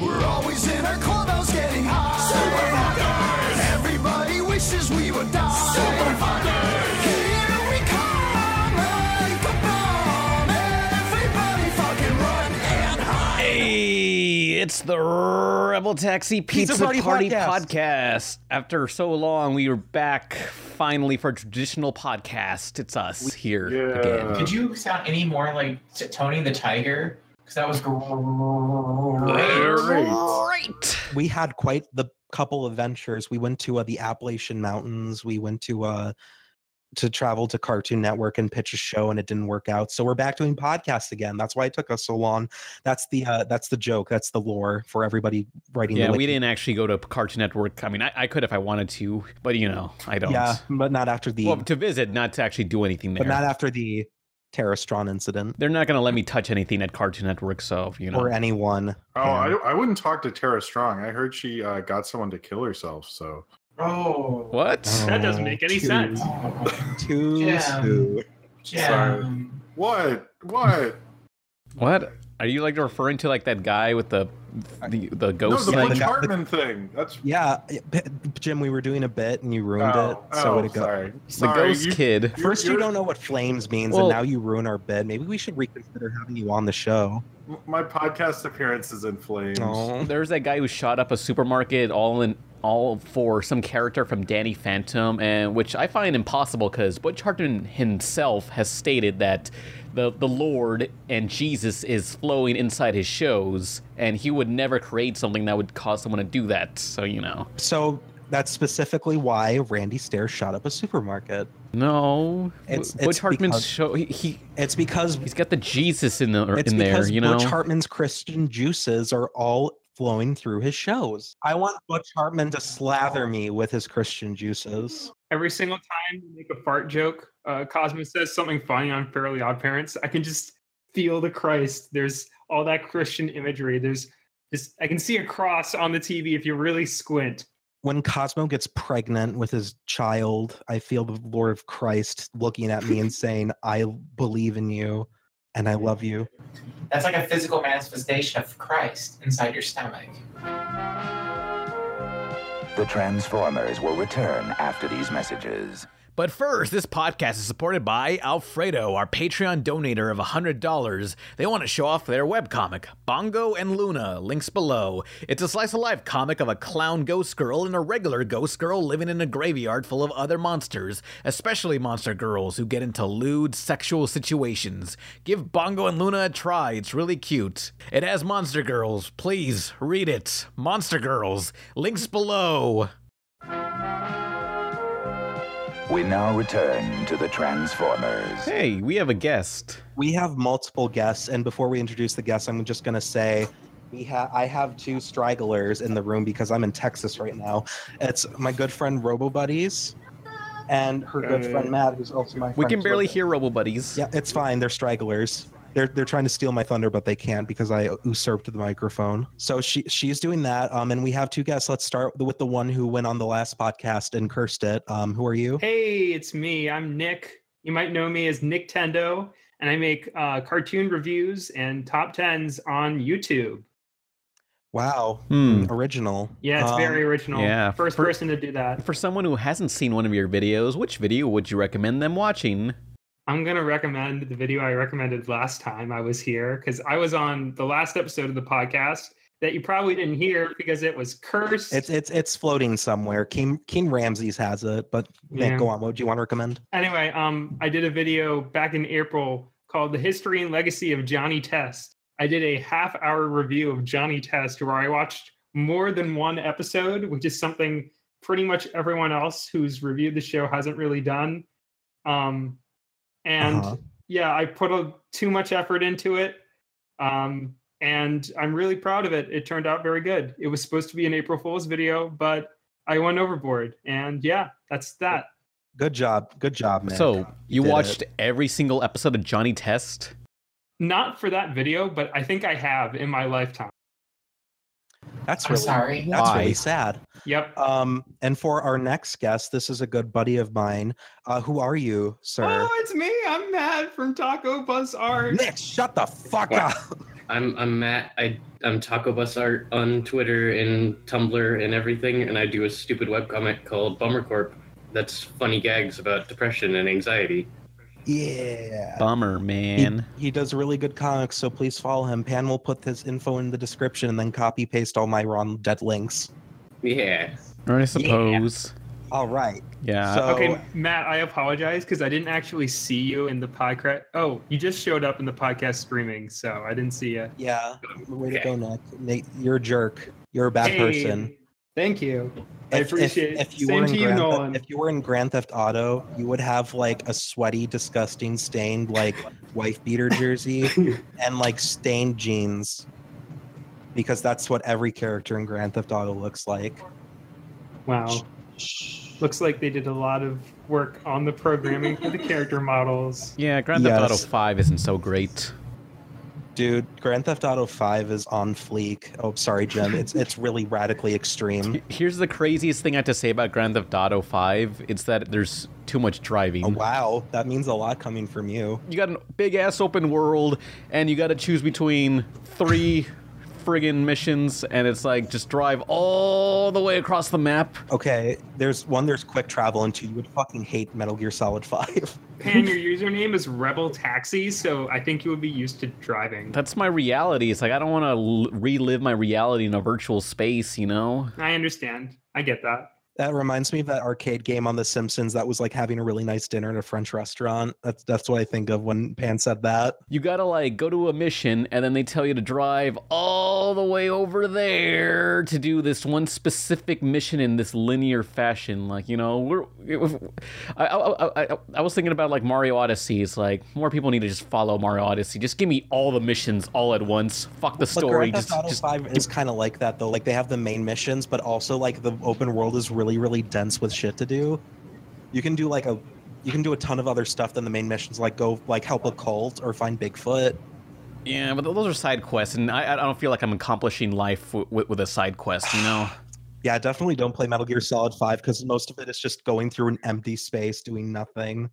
boys in our clubhouse getting high. Super fuckers! Everybody wishes we would die. Super fuckers! Here we come, like a bomb. Everybody fucking run and hide. Hey, it's the Rebel Taxi Pizza, Party Party, Podcast. podcast. After so long, we are back finally for a traditional podcast. It's us here again. Could you sound any more like T- Tony the Tiger? Because that was great. Oh, Great. we had quite the couple of ventures. We went to uh, the Appalachian Mountains. We went to uh to travel to Cartoon Network and pitch a show, and it didn't work out. So we're back doing podcasts again. That's why it took us so long. That's the uh, that's the joke. That's the lore for everybody writing. Yeah, the we wiki. didn't actually go to Cartoon Network. I mean, I, I could if I wanted to, but you know, I don't. Yeah, but not after the Well, to visit, not to actually do anything there. but not after the Terrastron incident They're not going to let me touch anything at Cartoon Network, so you know. or anyone. Oh, Yeah. I, don't- I wouldn't talk to Tara Strong. I heard she uh, got someone to kill herself. So Oh, what? That doesn't make any sense. Oh, Too Yeah. soon. Jim. what? What? What? Are you like referring to like that guy with the the, the No, ghost? the thing? Butch Hartman thing. That's Yeah, it- p- Jim, we were doing a bit and you ruined it. oh, So oh, way to go. sorry. the Sorry, ghost you- kid. you're- First, you you're- don't know what flames means, Well- and now you ruin our bed. Maybe we should reconsider having you on the show. My podcast appearance is in flames. There's that guy who shot up a supermarket all in all for some character from Danny Phantom, and which I find impossible because Butch Hartman himself has stated that the the Lord and Jesus is flowing inside his shows, and he would never create something that would cause someone to do that. So you know, So that's specifically why Randy Stair shot up a supermarket. no, It's- Butch it's Hartman's because- show he, he It's because he's got the Jesus in the it's in there, because you know. Butch Hartman's Christian juices are all flowing through his shows. I want Butch Hartman to slather me with his Christian juices. Every single time you make a fart joke, uh, Cosmo says something funny on Fairly Odd Parents. I can just feel the Christ. There's all that Christian imagery. There's this. I can see a cross on the TV if you really squint. When Cosmo gets pregnant with his child, I feel the Lord of Christ looking at me and saying, "I believe in you, and I love you." That's like a physical manifestation of Christ inside your stomach. The Transformers will return after these messages. But first, this podcast is supported by Alfredo, our Patreon donator of $100. They want to show off their webcomic, Bongo and Luna, links below. It's a slice of life comic of a clown ghost girl and a regular ghost girl living in a graveyard full of other monsters, especially monster girls who get into lewd sexual situations. Give Bongo and Luna a try, it's really cute. It has monster girls, please read it. Monster girls, links below. We now return to the Transformers. Hey, we have a guest. we have multiple guests and before we introduce the guests i'm just going to say we ha- i have two stragglers in the room because i'm in texas right now it's my good friend robo buddies and her good friend matt who's also my friend We can as barely well. hear Robo Buddies. yeah it's fine they're stragglers they're, they're trying to steal my thunder but they can't because i usurped the microphone so she she's doing that um and we have two guests let's start with the one who went on the last podcast and cursed it um who are you Hey, it's me. I'm Nick. You might know me as Nick Tendo, and I make uh, cartoon reviews and top tens on YouTube. wow Hmm. original Yeah, it's Um, very original. yeah, first for- person to do that. For someone who hasn't seen one of your videos, which video would you recommend them watching? I'm gonna recommend the video I recommended last time I was here because I was on the last episode of the podcast that you probably didn't hear because it was cursed. It's it's it's floating somewhere. King King Ramses has it, but Nick, Yeah. go on. What do you want to recommend? anyway, um, I did a video back in April called "The History and Legacy of Johnny Test." I did a half-hour review of Johnny Test where I watched more than one episode, which is something pretty much everyone else who's reviewed the show hasn't really done. Um, and Uh-huh. yeah, I put a, too much effort into it. Um, and I'm really proud of it. It turned out very good. It was supposed to be an April Fool's video, but I went overboard. And yeah, that's that. Good job, good job, Nick. so you did watched every single episode of Johnny Test. Not for that video, but I think I have in my lifetime. that's I'm really sorry. that's Why? really sad. Yep. Um, and for our next guest, this is a good buddy of mine. Uh, who are you, sir? Ah! Oh, it's me. I'm Matt from Taco Buzz Art. Nick, shut the fuck up. I'm I'm Matt. I I'm Taco Bus Art on Twitter and Tumblr and everything, and I do a stupid webcomic called Bummer Corp. That's funny gags about depression and anxiety. Yeah. Bummer, He, Oh, man. he does really good comics, so please follow him. Pan will put his info in the description and then copy paste all my Ron dead links. Yeah. Or I suppose. All right. Yeah. so Okay, Matt, I apologize because I didn't actually see you in the podcast. Oh, you just showed up in the podcast streaming, so I didn't see you. yeah, way to Okay. go, Nick. Nate, you're a jerk. You're a bad Hey, person. Thank you. I appreciate it. if, if you Same were in to you, Grand Theft- Nolan. if you were in Grand Theft Auto, you would have like a sweaty, disgusting, stained like wife beater jersey and like stained jeans, because that's what every character in Grand Theft Auto looks like. Wow. Looks like they did a lot of work on the programming for the character models. yeah, Grand Theft Yes. Auto 5 isn't so great. Dude, Grand Theft Auto Five is on fleek. Oh, sorry, Jim. It's it's really radically extreme. Here's the craziest thing I have to say about Grand Theft Auto 5 it's that there's too much driving. Oh, wow, that means a lot coming from you. You got a big ass open world, and you got to choose between three friggin' missions, and it's like just drive all the way across the map. Okay, there's one. There's quick travel, and two, you would fucking hate Metal Gear Solid Five. Pan, your username is Rebel Taxi, so I think you would be used to driving. That's my reality. It's like I don't want to l- relive my reality in a virtual space, you know? I understand. I get that. That reminds me of that arcade game on The Simpsons that was like having a really nice dinner at a French restaurant. That's that's what I think of when Pan said that. You gotta like go to a mission, and then they tell you to drive all the way over there to do this one specific mission in this linear fashion. Like you know, we're. It, was- I, I, I, I- I was thinking about like Mario Odyssey. It's like more people need to just follow Mario Odyssey. Just give me all the missions all at once. Fuck the But story. Grand Theft Just, Auto just Five is kind of like that though. Like they have the main missions, but also like the open world is really really dense with shit to do. You can do like a you can do a ton of other stuff than the main missions, like go like help a cult or find Bigfoot. yeah, but those are side quests, and I, I don't feel like I'm accomplishing life with, with, with a side quest. You know. Yeah, definitely don't play Metal Gear Solid Five because most of it is just going through an empty space doing nothing.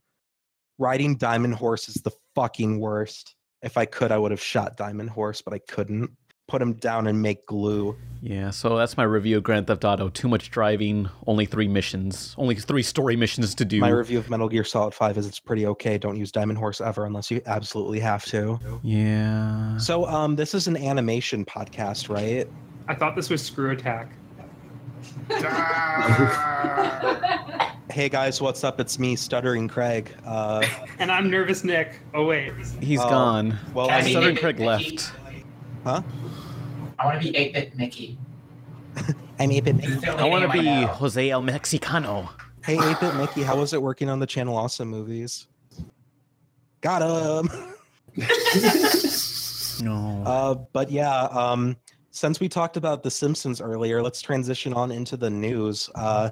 Riding Diamond Horse is the fucking worst. If I could, I would have shot Diamond Horse, but I couldn't. Put him down and make glue. Yeah, so that's my review of Grand Theft Auto. Too much driving, only three missions, only three story missions to do. My review of Metal Gear Solid Five is it's pretty okay. Don't use Diamond Horse ever unless you absolutely have to. yeah. So, um, this is an animation podcast, right? I thought this was Screw Attack. Hey guys, what's up? It's me, Stuttering Craig. Uh, And I'm Nervous Nick. Oh, wait. he's Oh. gone. well, Can I I be mean, Southern eight-bit Craig Mickey? left. Huh? I want to be 8 bit Mickey. I'm 8-Bit Mickey. I Oh, want to be Jose El Mexicano. Hey, 8-Bit Mickey, how was it working on the Channel Awesome movies? Got him. No. Uh, but yeah, um, since we talked about The Simpsons earlier, let's transition on into the news. Uh,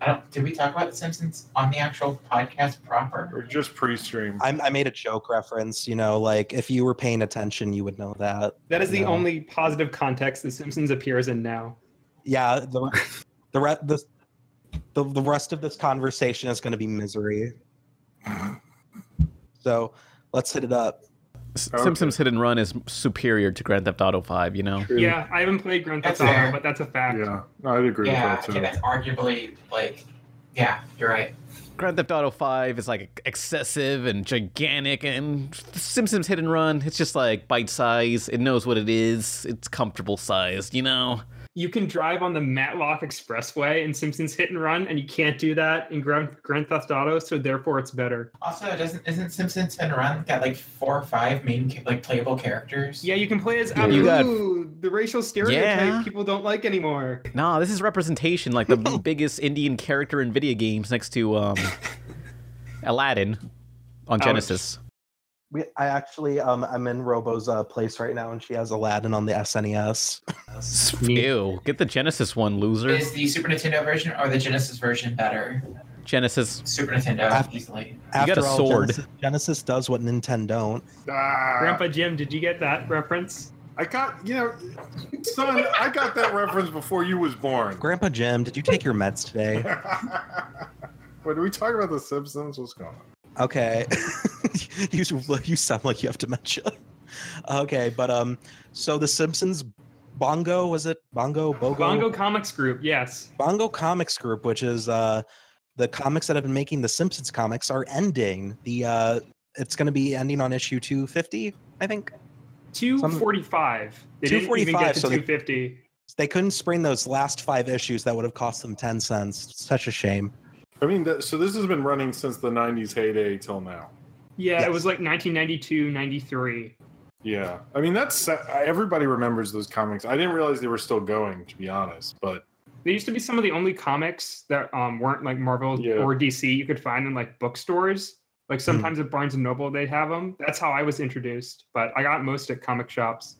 I don't, did we talk about The Simpsons on the actual podcast proper? We're just pre-stream. I, I made a joke reference, you know, like if you were paying attention, you would know that. That is the No. only positive context The Simpsons appears in now. Yeah, the the re- the, the, the rest of this conversation is going to be misery. So let's hit it up. S- okay. Simpsons Hit and Run is superior to Grand Theft Auto 5, you know? True. Yeah, I haven't played Grand Theft That's Auto, fair. but that's a fact. yeah, I'd agree Yeah, with yeah, that that's arguably like, yeah, you're right. Grand Theft Auto 5 is like excessive and gigantic, and Simpsons Hit and Run, it's just like bite size. It knows what it is, it's comfortable sized, you know? You can drive on the Matlock Expressway in Simpsons Hit and Run, and you can't do that in Grand, Grand Theft Auto, so therefore it's better. Also, doesn't isn't Simpsons and Run got like four or five main ca- like playable characters? Yeah, you can play as um, You Abu, got- the racial stereotype Yeah. people don't like anymore. Nah, this is representation, like the biggest Indian character in video games next to um, Aladdin on Ouch. Genesis. We, I actually um, I'm in Robo's uh, place right now, and she has Aladdin on the E SNES. Ew, get the Genesis one, loser. Is the Super Nintendo version or the Genesis version better? Genesis. Super Nintendo After- easily. got a sword. Genesis, Genesis does what Nintendo don't. too. Ah, Grandpa Jim, did you get that reference? I got you know, son. I got that reference before you was born. Grandpa Jim, did you take your meds today? Wait, do we talk about The Simpsons? What's going on? Okay. you, you sound like you have dementia. Okay, but um, so the Simpsons Bongo was it Bongo Bogo Bongo Comics Group, yes. Bongo Comics Group, which is uh, the comics that have been making the Simpsons comics, are ending. The uh, it's going to be ending on issue two fifty, I think. 245. They didn't even 245, get to so they- 250. They couldn't spring those last five issues that would have cost them ten cents. Such a shame. I mean, that, so this has been running since the '90s heyday till now. Yeah, Yes. it was like 1992, 93. Yeah, I mean that's sa- I- everybody remembers those comics. I didn't realize they were still going, to be honest. But They used to be some of the only comics that um, weren't like Marvel Yeah. or DC you could find in like bookstores. Hmm. Like sometimes at Barnes and Noble they'd have them. That's how I was introduced, but I got most at comic shops.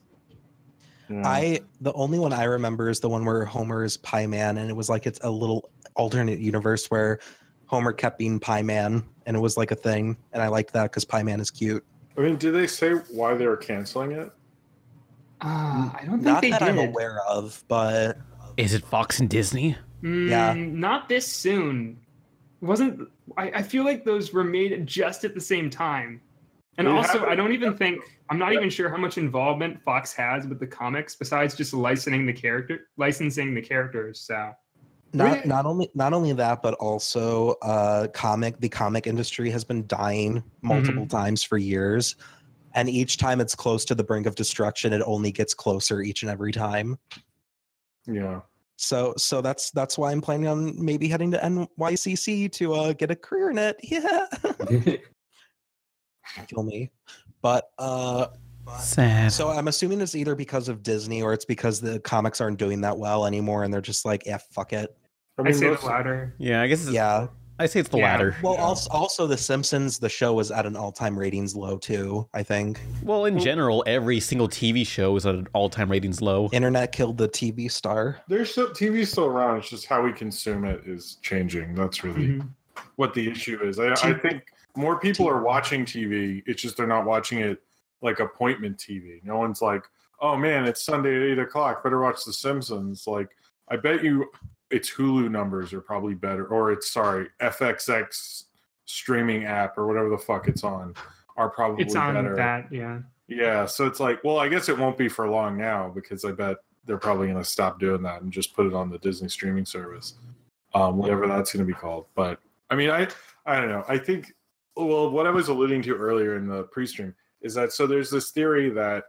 yeah. I the only one I remember is the one where Homer is Pie Man, and it was like it's a little alternate universe where Homer kept being Pie Man, and it was like a thing, and I liked that because Pie Man is cute. I mean, did they say why they were canceling it? Uh, I don't think Not they that did. I'm aware of, but Is it Fox and Disney? Yeah. Mm, Not this soon. Wasn't I, I feel like those were made just at the same time. And It also happened- I don't even think I'm not even sure how much involvement Fox has with the comics besides just licensing the character licensing the characters. So not not only not only that, but also uh, comic the comic industry has been dying multiple times for years, and each time it's close to the brink of destruction, it only gets closer each and every time. Yeah, So so that's that's why I'm planning on maybe heading to NYCC to uh, get a career in it. Yeah, kill me. But uh, Sad. so I'm assuming it's either because of Disney or it's because the comics aren't doing that well anymore, and they're just like, yeah, fuck it. I I, mean, say most- it louder. Yeah, I guess it's, Yeah. I say it's the Yeah. latter. Well, also, also The Simpsons, the show was at an all-time ratings low too. I think Well, in general, every single TV show is at an all-time ratings low. internet killed the TV star. there's still TV's still around. It's just how we consume it is changing. That's really Mhm. what the issue is. I, I T- think more people are watching TV. It's just they're not watching it like appointment TV. No one's like, oh man, it's Sunday at eight o'clock. Better watch The Simpsons. Like, I bet you its Hulu numbers are probably better, or it's sorry, FXX streaming app or whatever the fuck it's on are probably It's on better. that, yeah. Yeah. So it's like, well, I guess it won't be for long now because I bet they're probably going to stop doing that and just put it on the Disney streaming service, um, whatever that's going to be called. But I mean, I, I don't know. I think, well, what I was alluding to earlier in the pre stream is that so there's this theory that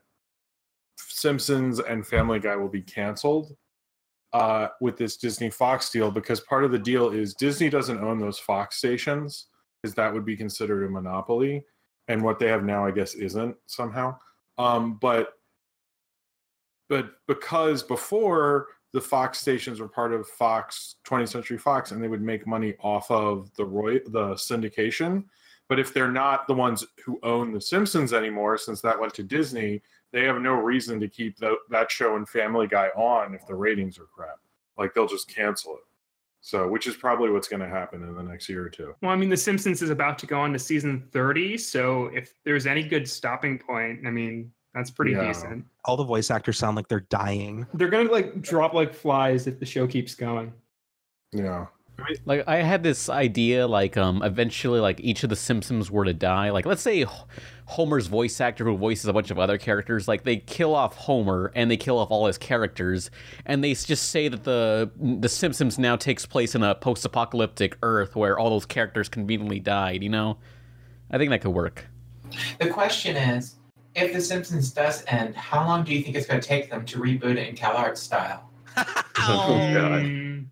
Simpsons and Family Guy will be canceled uh, with this Disney Fox deal because part of the deal is Disney doesn't own those Fox stations because that would be considered a monopoly. And what they have now, I guess, isn't somehow. Um, but but because before the Fox stations were part of Fox 20th Century Fox and they would make money off of the Roy the syndication. But if they're not the ones who own The Simpsons anymore, since that went to Disney, they have no reason to keep tho- that show and Family Guy on if the ratings are crap. Like they'll just cancel it. So, which is probably what's going to happen in the next year or two. Well, I mean, The Simpsons is about to go on to season 30, so if there's any good stopping point, I mean, that's pretty Yeah. decent. All the voice actors sound like they're dying. They're gonna like drop like flies if the show keeps going. Yeah. Like I had this idea, like um, eventually, like each of the Simpsons were to die. Like let's say H- Homer's voice actor, who voices a bunch of other characters, like they kill off Homer and they kill off all his characters, and they s- just say that the the Simpsons now takes place in a post-apocalyptic Earth where all those characters conveniently died. You know, I think that could work. The question is, if The Simpsons does end, how long do you think it's going to take them to reboot it in CalArts style? Mm,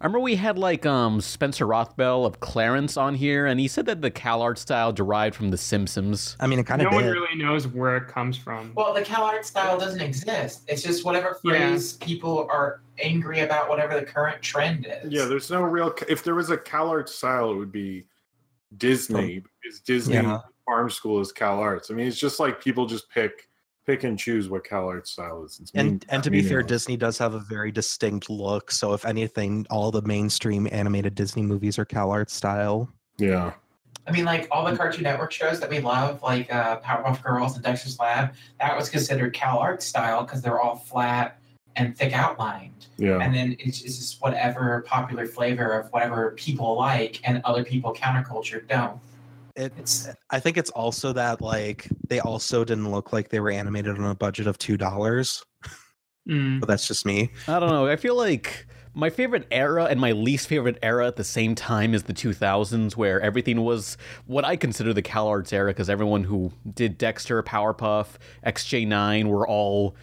I remember we had like um Spencer Rothbell of Clarence on here, and he said that the CalArt style derived from The Simpsons. I mean, it kind no of one did. really knows where it comes from. Well, the CalArts style doesn't exist. It's just whatever Yeah. phrase people are angry about, whatever the current trend is. Yeah, there's no real. If there was a CalArts style, it would be Disney. Is Disney Yeah. Farm School is CalArts? I mean, it's just like people just pick pick and choose what CalArts style is. It's And mean- and to be fair, meaningless. Disney does have a very distinct look. So if anything, all the mainstream animated Disney movies are CalArts style. Yeah, I mean, like all the Cartoon Network shows that we love, like uh, Powerpuff Girls and Dexter's Lab, that was considered CalArts style because they're all flat and thick outlined. yeah. And then it's, it's just whatever popular flavor of whatever people like and other people counterculture don't. It, It's I think it's also that like they also didn't look like they were animated on a budget of two dollars. Mm. But that's just me. I don't know. I feel like my favorite era and my least favorite era at the same time is the 2000s, where everything was what I consider the CalArts era, because everyone who did Dexter, Powerpuff, XJ9 were all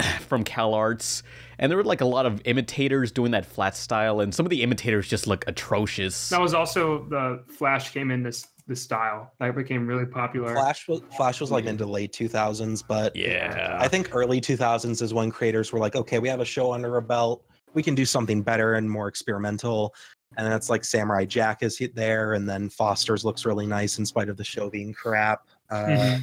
from CalArts. And there were like a lot of imitators doing that flat style, and some of the imitators just look atrocious. That was also the Flash came in this this style that became really popular. Flash was Flash was like into late two thousands, but yeah. I think early 2000s is when creators were like, okay, we have a show under our belt. We can do something better and more experimental. And then it's like Samurai Jack is hit there, and then Foster's looks really nice in spite of the show being crap. Uh, Mhm.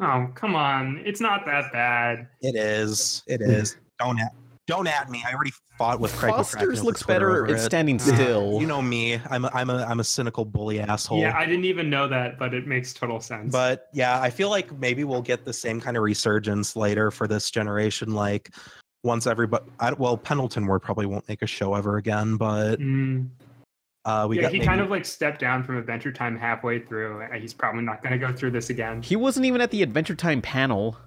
Oh come on, it's not that bad. it is. It is. Don't at, don't at me. I already fought with Craig. O'Crack Foster's over looks Twitter better over in it. standing Yeah. still. You know me. I'm a, I'm a I'm a cynical bully asshole. Yeah, I didn't even know that, but it makes total sense. But yeah, I feel like maybe we'll get the same kind of resurgence later for this generation. Like once everybody, I, well, Pendleton Ward probably won't make a show ever again, but Mm. uh, we yeah, got he maybe- kind of like stepped down from Adventure Time halfway through. Uh, He's probably not going to go through this again. he wasn't even at the Adventure Time panel,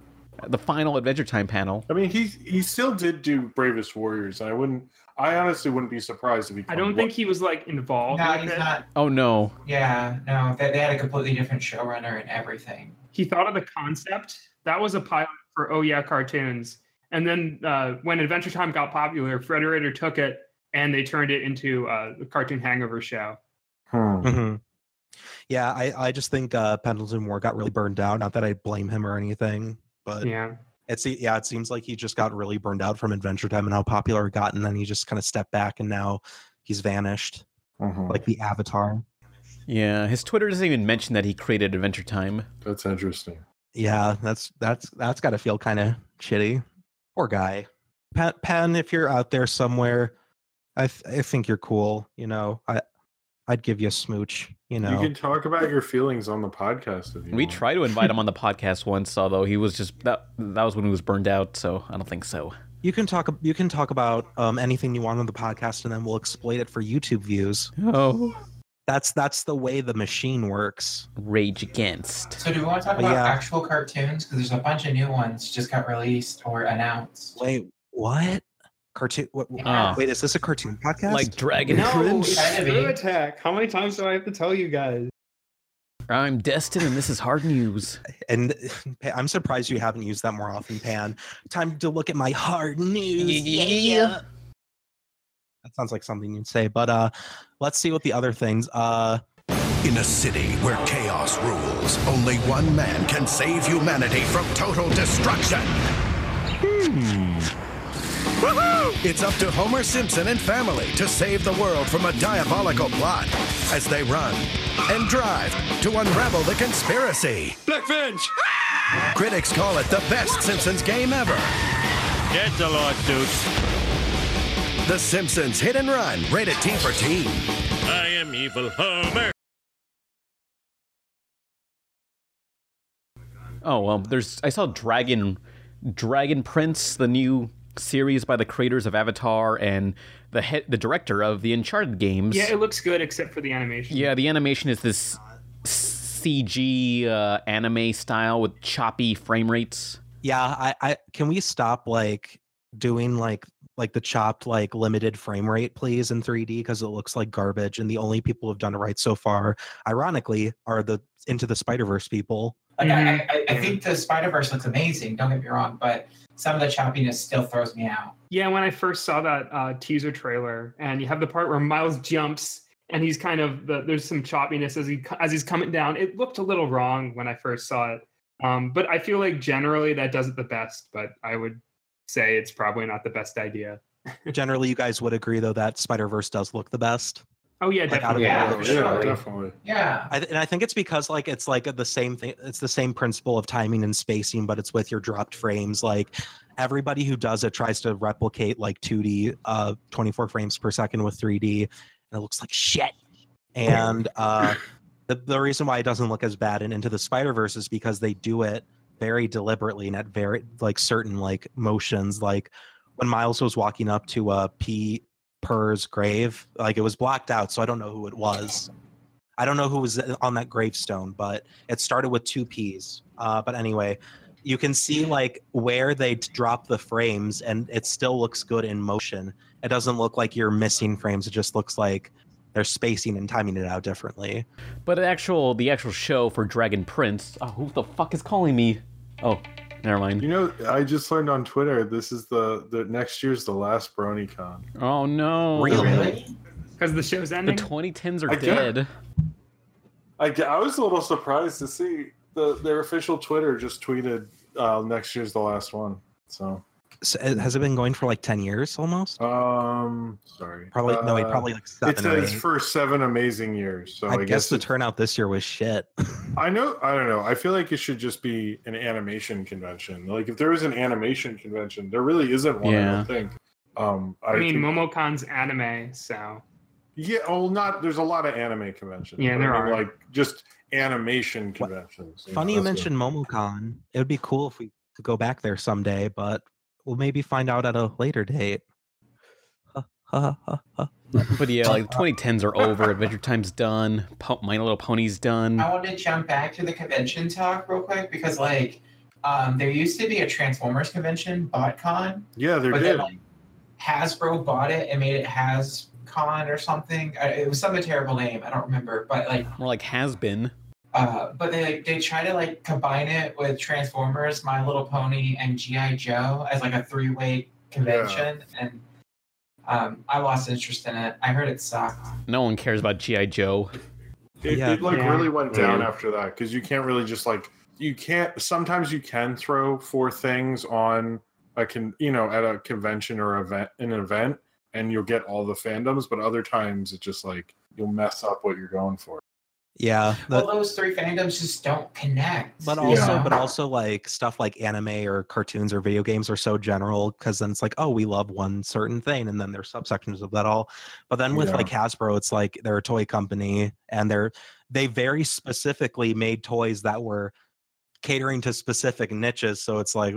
the final Adventure Time panel. I mean, he he still did do Bravest Warriors, and I wouldn't. I honestly wouldn't be surprised if he. I don't think he was like involved. no, with he's it. not. Oh no. Yeah, no, they, they had a completely different showrunner and everything. He thought of the concept. That was a pilot for Oh Yeah cartoons. And then uh, when Adventure Time got popular, Frederator took it and they turned it into uh, the Cartoon Hangover show. Hmm. Mhm. Yeah, I, I just think uh, Pendleton Ward got really burned out. Not that I blame him or anything, but Yeah. it's yeah, it seems like he just got really burned out from Adventure Time and how popular it got, and then he just kind of stepped back, and now he's vanished Mhm. like the Avatar. Yeah, his Twitter doesn't even mention that he created Adventure Time. That's interesting. Yeah, that's that's that's got to feel kind of shitty. Poor guy. Pen, Pen, if you're out there somewhere, I th- I think you're cool. You know, I I'd give you a smooch. You know, You can talk about your feelings on the podcast if you We want. tried to invite him on the podcast once, although he was just that that was when he was burned out, so I don't think so. you can talk ab- you can talk about um, anything you want on the podcast, and then we'll exploit it for YouTube views. Oh, That's that's the way the machine works. Rage Against. So, do we want to talk about Yeah. actual cartoons? Because there's a bunch of new ones just got released or announced. Wait, what? Cartoon? What, what- Uh, Ah. wait, is this a cartoon podcast? Like Dragon No. Prince. Enemy. Attack. How many times do I have to tell you guys? I'm Destin, and this is hard news. and I'm surprised you haven't used that more often, Pan. Time to look at my hard news. Yeah. That sounds like something you'd say, but uh, let's see what the other things. Uh, In a city where chaos rules, only one man can save humanity from total destruction. Woohoo! It's up to Homer Simpson and family to save the world from a diabolical plot as they run and drive to unravel the conspiracy. Blackfinch! Critics call it the best Simpsons game ever. Get the lot, dudes. The Simpsons Hit and Run, rated T for Teen. I am evil Homer. Oh well, there's I saw Dragon Dragon Prince, the new series by the creators of Avatar and the head, the director of the Uncharted games. Yeah, it looks good except for the animation. Yeah, the animation is this CG uh, anime style with choppy frame rates. yeah, I, I can we stop like doing like like the chopped like limited frame rate, please, in 3D because it looks like garbage. And the only people who've done it right so far, ironically, are the into the Spider Verse people. Like, I I, I, I think the Spider Verse looks amazing. Don't get me wrong, but some of the choppiness still throws me out. Yeah, when I first saw that uh, teaser trailer, and you have the part where Miles jumps, and he's kind of the, there's some choppiness as he co- as he's coming down. It looked a little wrong when I first saw it, um, but I feel like generally that does it the best. But I would say it's probably not the best idea. Generally, you guys would agree though that Spider Verse does look the best. Oh yeah, Like, out of definitely. Yeah, all of Yeah, for them. sure. definitely. Yeah. I th- and I think it's because like it's like the same thing. It's the same principle of timing and spacing, but it's with your dropped frames. Like everybody who does it tries to replicate like 2D, uh, 24 frames per second with 3D, and it looks like shit. And uh, the the reason why it doesn't look as bad in Into the Spider Verse is because they do it very deliberately and at very like certain like motions. Like when Miles was walking up to uh, P. Purr's grave, like it was blocked out, so I don't know who it was I don't know who was on that gravestone, but it started with two P's. Uh, but anyway, you can see like where they drop the frames, and it still looks good in motion. It doesn't look like you're missing frames. It just looks like they're spacing and timing it out differently. But the actual the actual show for Dragon Prince. Oh, who the fuck is calling me? Oh, never mind. You know, I just learned on Twitter this is the the next year's the last BronyCon. Oh no. Really? because the show's The ending. 2010s I are can't- dead. I, g- I was a little surprised to see the their official Twitter just tweeted uh, next year's the last one. So, So, uh, has it been going for like ten years almost? um, sorry. Probably no, wait, Uh, probably like It seven. Or says eight. for seven amazing years. So I, guess, the it's- turnout this year was shit. I know. I don't know. I feel like it should just be an animation convention. Like if there is an animation convention, there really isn't one. I Yeah. don't think. Um, I mean, think- Momokon's anime, so yeah. Well, not. There's a lot of anime conventions. Yeah, but I there mean, are. Like just animation What- conventions. know, Funny you that's mentioned MomoCon. It would be cool if we could go back there someday, but we'll maybe find out at a later date. Ha, ha, ha, ha. But yeah, like the 2010s are over. Adventure Time's done. Po- My Little Pony's done. I want to jump back to the convention talk real quick because, like, um, there used to be a Transformers convention, BotCon, what- Yeah, there but did. then like, Hasbro bought it and made it HasCon or something. Uh, It was some terrible name. I don't remember, but like, More like has been. uh, but they like, they try to like combine it with Transformers, My Little Pony, and GI Joe as like a three way convention, and um, I lost interest in it. I heard it sucked. No one cares about GI Joe. It, Yeah. it like Yeah. really went down Yeah. after that because you can't really just like you can't. Sometimes you can throw four things on a can you know at a convention or event an event and you'll get all the fandoms, but other times it just like you'll mess up what you're going for. Yeah. the- well, those three fandoms just don't connect. but you also, know? but also, like stuff like anime or cartoons or video games are so general because then it's like, oh, we love one certain thing, and then there's subsections of that all. But then with Yeah. like Hasbro, it's like they're a toy company and they're they very specifically made toys that were catering to specific niches. So it's like,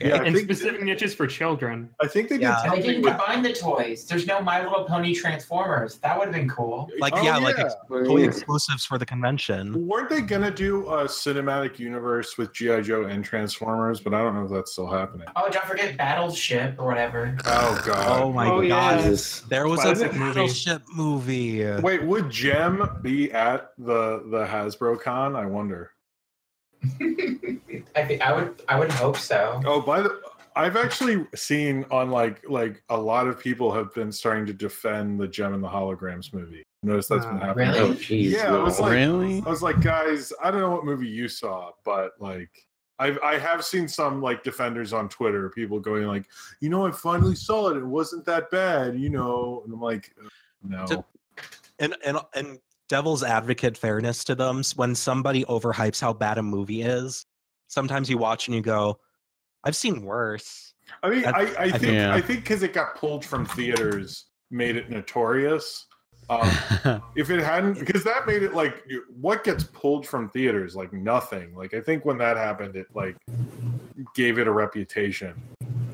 Yeah, I and think, specific niches for children. I think they did Yeah. something. They didn't with- combine the toys. There's no My Little Pony Transformers. That would have been cool. like Oh, yeah, like ex- toy exclusives for the convention. weren't they gonna do a cinematic universe with GI Joe and Transformers? But I don't know if that's still happening. Oh, don't forget Battleship or whatever. Oh god. Oh my Oh, god, yeah. there was a Classic movie. battleship movie. Wait, would Gem be at the the Hasbro Con? I wonder. I think I would. I would hope so. Oh, by the I've actually seen on like like a lot of people have been starting to defend the Gem and the Holograms movie. Notice that's been Wow. happening. Oh, Really? jeez. Yeah, it no. was like- Really? I was like, guys, I don't know what movie you saw, but like I've I have seen some like defenders on Twitter, people going like, you know, I finally saw it. It wasn't that bad, you know. And I'm like, no. To- and and and devil's advocate fairness to them s- when somebody overhypes how bad a movie is sometimes you watch and you go i've seen worse I mean, That- I, I think Yeah. I think because it got pulled from theaters, made it notorious. Um, if it hadn't, because that made it like you- what gets pulled from theaters, like nothing. Like I think when that happened, it like gave it a reputation.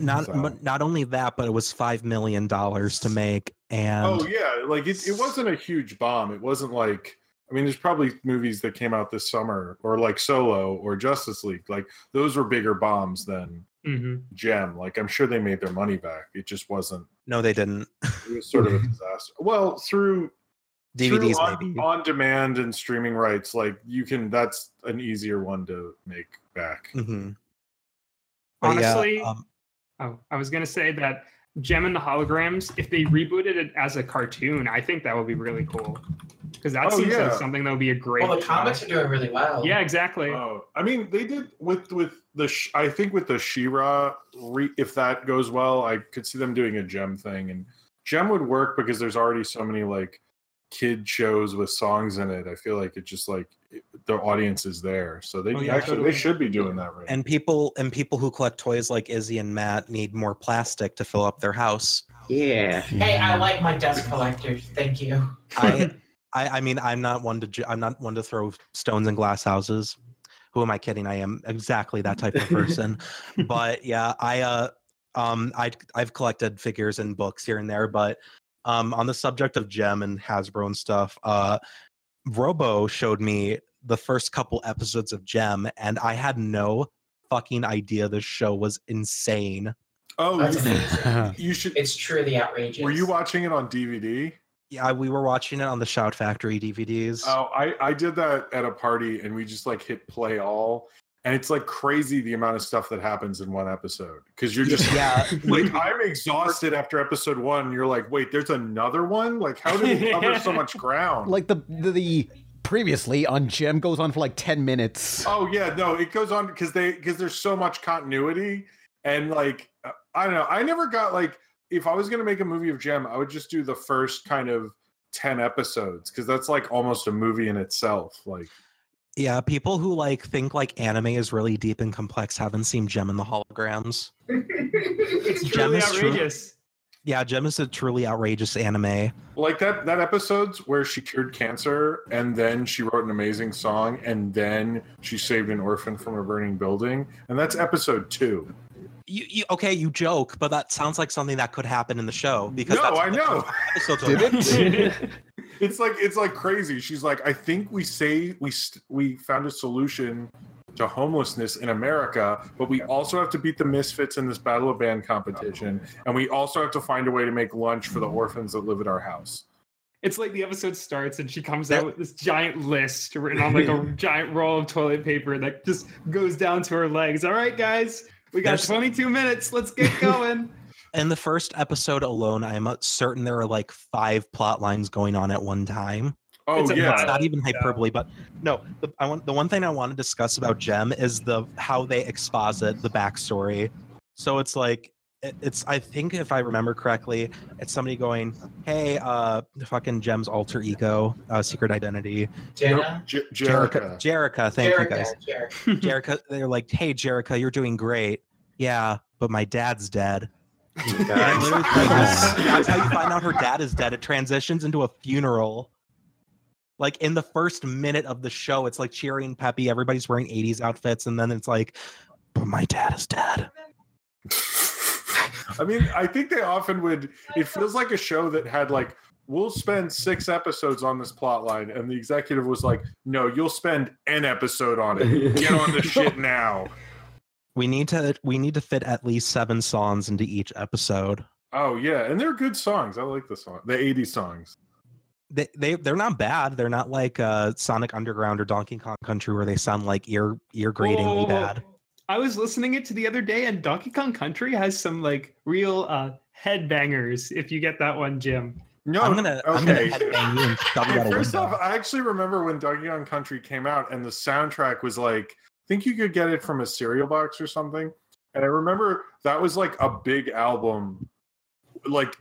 not So- but not only that but it was five million dollars to make and oh yeah, like it, it wasn't a huge bomb. It wasn't like I mean, there's probably movies that came out this summer, or like Solo or Justice League. Like those were bigger bombs than hmm Gem. Like I'm sure they made their money back. It just wasn't. no they didn't It was sort of a disaster. Well, through dvds Through on, maybe on demand and streaming rights like you can that's an easier one to make back Mhm. But yeah, Honestly, uh, um, Oh, I was gonna say that Gem and the Holograms. If they rebooted it as a cartoon, I think that would be really cool because that Oh, seems yeah. like something that would be a great. Well, the show. comics are doing really well. Yeah, exactly. oh i mean they did with with the Sh- i think with the shira re- if that goes well i could see them doing a gem thing and gem would work because there's already so many like kid shows with songs in it i feel like it just like it, the audience is there so they Oh, yeah, actually totally. they should be doing that right and people and people who collect toys like izzy and matt need more plastic to fill up their house Yeah. Hey, I like my dust collectors. Thank you. I, I, I mean, I'm not one to, ju- I'm not one to throw stones in glass houses. Who am I kidding? I am exactly that type of person. but yeah, I, uh, um, I, I've collected figures and books here and there, but Um, on the subject of Gem and Hasbro and stuff, uh, Robo showed me the first couple episodes of Gem, and I had no fucking idea this show was insane. Oh, That's you, amazing. you should. It's truly outrageous. Were you watching it on DVD? Yeah, we were watching it on the Shout Factory DVDs. Oh, I I did that at a party, and we just like hit play all, and it's like crazy the amount of stuff that happens in one episode because you're just yeah, like I'm exhausted after episode one. You're like, wait, there's another one. Like, how did we cover so much ground? Like the the, the previously on Gem goes on for like ten minutes. oh yeah, no, it goes on because they because there's so much continuity and like uh, I don't know. I never got like if I was gonna make a movie of Gem, I would just do the first kind of ten episodes because that's like almost a movie in itself. Like, yeah. People who like think like anime is really deep and complex haven't seen Gem and the Holograms. It's Gem truly is true. outrageous. Yeah, Gem is a truly outrageous anime. like that that episode's where she cured cancer and then she wrote an amazing song and then she saved an orphan from a burning building and that's episode two. You, you okay? You joke, but that sounds like something that could happen in the show because No, that's I what the know. first episodes are Did like. it? it's like it's like crazy. She's like, I think we say we st- we found a solution to homelessness in America, but we also have to beat the misfits in this battle of band competition, and we also have to find a way to make lunch for the orphans that live at our house. It's like the episode starts and she comes That- out with this giant list written on like a giant roll of toilet paper that just goes down to her legs. All right, guys, we got There's- 22 minutes. Let's get going. In the first episode alone, I'm uh, certain there are like five plot lines going on at one time. Oh It's a yeah, It's Uh, not even hyperbole, but no. The, I want the one thing I want to discuss about Gem is the how they exposit the backstory. So it's like it- it's I think if I remember correctly, it's somebody going, "Hey, uh, fucking Gem's alter ego, uh, secret identity, Nope, Jenna? J- Jerica, Jerica. Jerica." Thank you Jerica, guys. Jerica. Jerica, they're like, "Hey, Jerica, you're doing great." Yeah, but my dad's dead. I literally think that's- that's how you find out her dad is dead. It transitions into a funeral. Like in the first minute of the show, it's like cheery and peppy. Everybody's wearing 80s outfits, and then it's like, but my dad is dead. I mean, I think they often would. It feels like a show that had like, we'll spend six episodes on this plot line, and the executive was like, "No, you'll spend an episode on it. Get on the shit now." We need to we need to fit at least seven songs into each episode. Oh yeah, and they're good songs. I like the song, the '80s songs. They they they're not bad. They're not like uh Sonic Underground or Donkey Kong Country where they sound like ear ear Whoa, gratingly whoa, whoa. bad. I was listening it to the other day, and Donkey Kong Country has some like real uh, headbangers. If you get that one, Jim. No, I'm gonna I'm gonna okay. headbang you and shove you out a First off, window. I actually remember when Donkey Kong Country came out, and the soundtrack was like, I think you could get it from a cereal box or something. And I remember that was like a big album. Like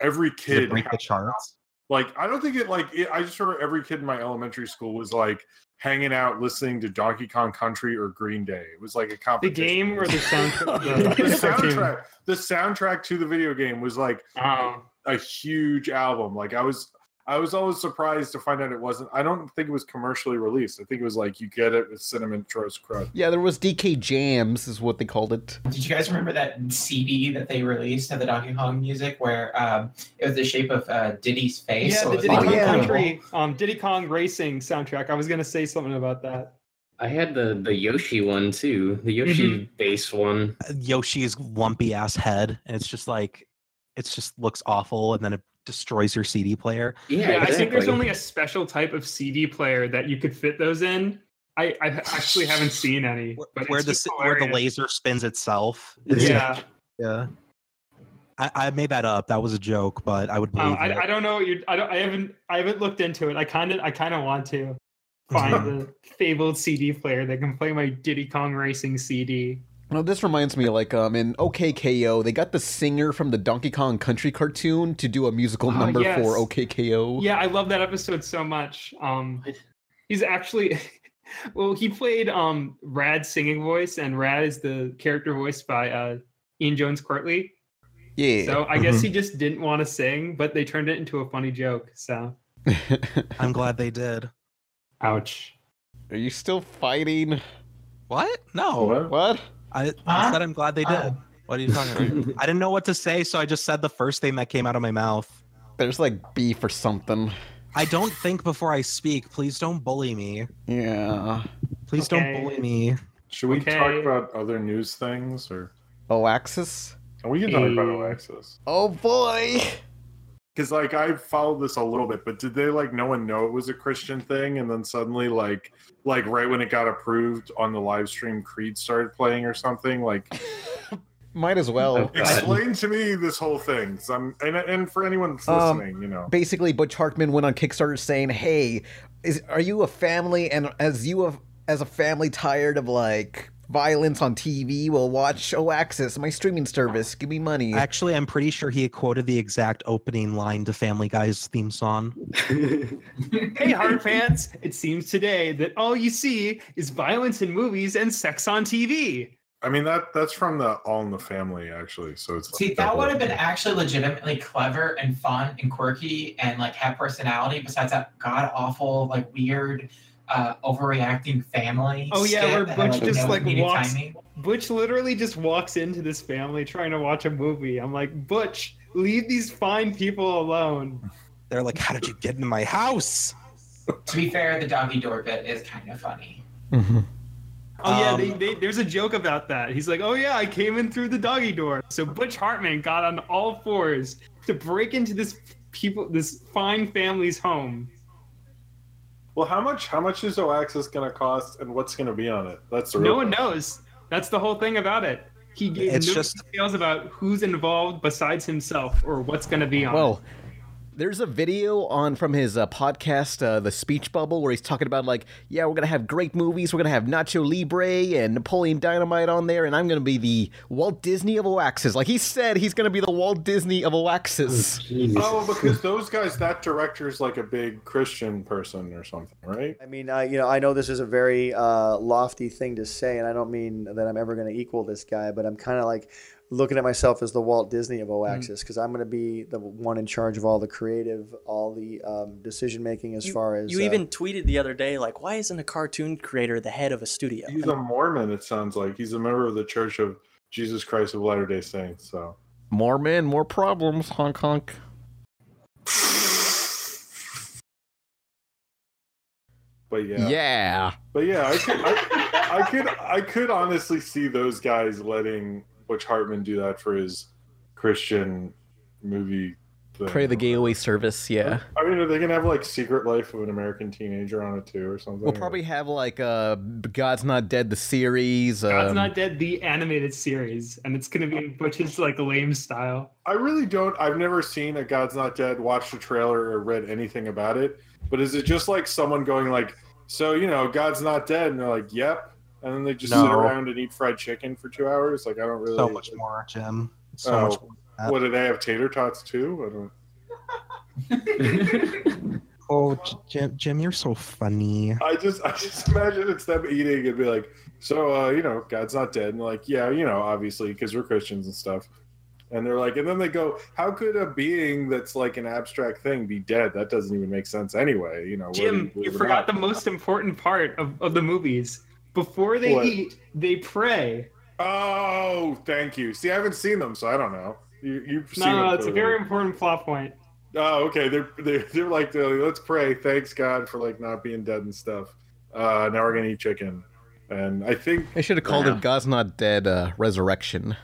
every Does it kid, break the charts. like I don't think it like it, I just remember every kid in my elementary school was like hanging out listening to Donkey Kong Country or Green Day. It was like a The competition. game or the soundtrack? the soundtrack, the soundtrack to the video game was like Oh, a huge album. Like I was I was always surprised to find out it wasn't I don't think it was commercially released. I think it was like you get it with cinnamon toast crunch. Yeah, there was DK Jams is what they called it. Did you guys remember that CD that they released of the Donkey Kong music where um, it was the shape of uh, Diddy's face? yeah, so the it Diddy was Kong like yeah. Country, um, Diddy Kong Racing soundtrack. I was gonna say something about that. I had the the Yoshi one too, the Mm-hmm. Yoshi base one. Yoshi's lumpy ass head, and it's just like it's just looks awful, and then it destroys your CD player. Yeah, Yeah, I think there's exactly. only a special type of CD player that you could fit those in. I, I actually haven't seen any. Where, But where it's the just s- where the hilarious. laser spins itself. Yeah, yeah. I, I made that up. That was a joke, but I would believe Um, it. I, I don't know. What you're, I don't. I haven't. I haven't looked into it. I kind of. I kind of want to find the fabled CD player that can play my Diddy Kong Racing CD. Now this reminds me, like um, in OKKO, they got the singer from the Donkey Kong Country cartoon to do a musical Ah, number yes. for OKKO. Yeah, I love that episode so much. Um, he's actually. Well, he played um Rad's singing voice, and Rad is the character voiced by uh, Ian Jones Courtley. yeah. So I guess he just didn't want to sing, but they turned it into a funny joke. So, I'm glad they did. ouch. Are you still fighting? What? No, Oh, Hello? What? I, I Huh? said I'm Oh. glad they did. Uh. What are you talking about? I didn't know what to say, so I just said the first thing that came out of my mouth. There's like beef or something. I don't think before I speak. Please don't bully me. Yeah. Please Okay. don't bully me. Should we talk Okay. about other news things or? Oaxis? And we can talk about Eh. Oaxis. Oh boy. Because like I followed this a little bit, but did they like no one know it was a Christian thing, and then suddenly like like right when it got approved on the live stream, Creed started playing or something. Like Might as Oh. well. God. explain to me this whole thing. 'cause I'm and and for anyone that's Um, listening, you know, Basically, Butch Hartman went on Kickstarter saying, "Hey, is are you a family? And as you have, as a family, tired of like violence on TV? Well, watch Oaxis, my streaming service. Give me money." Actually, I'm pretty sure he quoted the exact opening line to Family Guy's theme song. Hey, hard pants! It seems today that all you see is violence in movies and sex on TV. I mean that that's from the All in the Family actually. So it's See, that would have been actually legitimately clever and fun and quirky and like have personality. Besides that god awful, like weird, uh, overreacting family. Oh, yeah, skit where that had, Butch just, no like, comedic walks- timing. Butch literally just walks into this family trying to watch a movie. I'm like, Butch, leave these fine people alone. They're like, "How did you get into my house?" To be fair, the doggy door bit is kind of funny. Oh yeah, they, Um, they, there's a joke about that. He's like, oh yeah, I came in through the doggy door. So Butch Hartman got on all fours to break into this people, this fine family's home. well. How much how much is Oaxis going to cost, and what's going to be on it? That's the real No one knows. That's the whole thing about it. He gave It's no just- details about who's involved besides himself or what's going to be on. Well, there's a video on from his uh, podcast, uh, The Speech Bubble, where he's talking about like, yeah, we're gonna have great movies. We're gonna have Nacho Libre and Napoleon Dynamite on there, and I'm gonna be the Walt Disney of Oaxes. Like he said, he's gonna be the Walt Disney of Oaxes. Jesus. Oh, because those guys, that director's like a big Christian person or something, right? I mean, I, you know, I know this is a very uh, lofty thing to say, and I don't mean that I'm ever going to equal this guy, but I'm kind of like looking at myself as the Walt Disney of Oaxis because I'm going to be the one in charge of all the creative, all the um, decision making as You- far as You uh, even tweeted the other day, like, why isn't a cartoon creator the head of a studio? He's a Mormon, it sounds like. He's a member of the Church of Jesus Christ of Latter day Saints. So, More men, more problems. Honk honk. but yeah. Yeah. But yeah, I could, I, I could, I could honestly see those guys letting Butch Hartman do that for his Christian movie. Thing. Pray the Gay Away service, yeah. I mean, are they gonna have like Secret Life of an American Teenager on it too, or something? We'll probably have like uh, God's Not Dead the series. Um, God's Not Dead, the animated series, and it's going to be in Butch's like lame style. I really don't. I've never seen a God's Not Dead, watched a trailer, or read anything about it. But is it just like someone going like, "So you know, God's not dead," and they're like, "Yep," and then they just sit No. around and eat fried chicken for two hours? Like, I don't really. So much more, Jim. So Oh. much more. than that. What do they have? Tater tots too? I don't. Oh, J- Jim, Jim, you're so funny. I just, I just imagine it's them eating and be like, "So uh, you know, God's not dead," and they're like, "Yeah, you know, obviously, because we're Christians and stuff." And they're like, and then they go, "How could a being that's like an abstract thing be dead? That doesn't even make sense anyway." You know, whether Jim, you believe it or not." forgot the most important part of, of the movies. Before they What? eat, they pray. Oh, thank you. See, I haven't seen them, so I don't know. You, you've seen No, no, them it's a clearly. very important plot point. Oh, okay. They're they're, they're like, uh, let's pray. Thanks God for like not being dead and stuff. Uh, now we're gonna eat chicken, and I think I should have called Yeah. it God's Not Dead uh, Resurrection.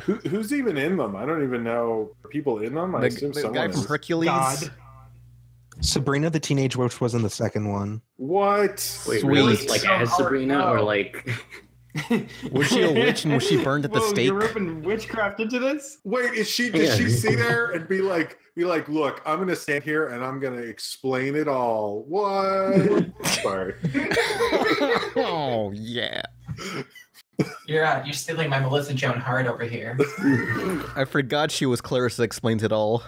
who, who's even in them? I don't even know. Are people in them? I The, assume the someone guy from is. Hercules. God. Sabrina the Teenage Witch was in the second one. What? Wait, really? Sweet. Like as Sabrina, or like Was she a witch and was she burned at the Whoa, stake? You're open witchcraft into this? Wait, is she? Did Yeah. she see there and be like, be like, look, I'm gonna stand here and I'm gonna explain it all. What? Sorry. oh yeah. You're uh, you're stealing my Melissa Joan Hart over here. I forgot she was Clarissa explains it all.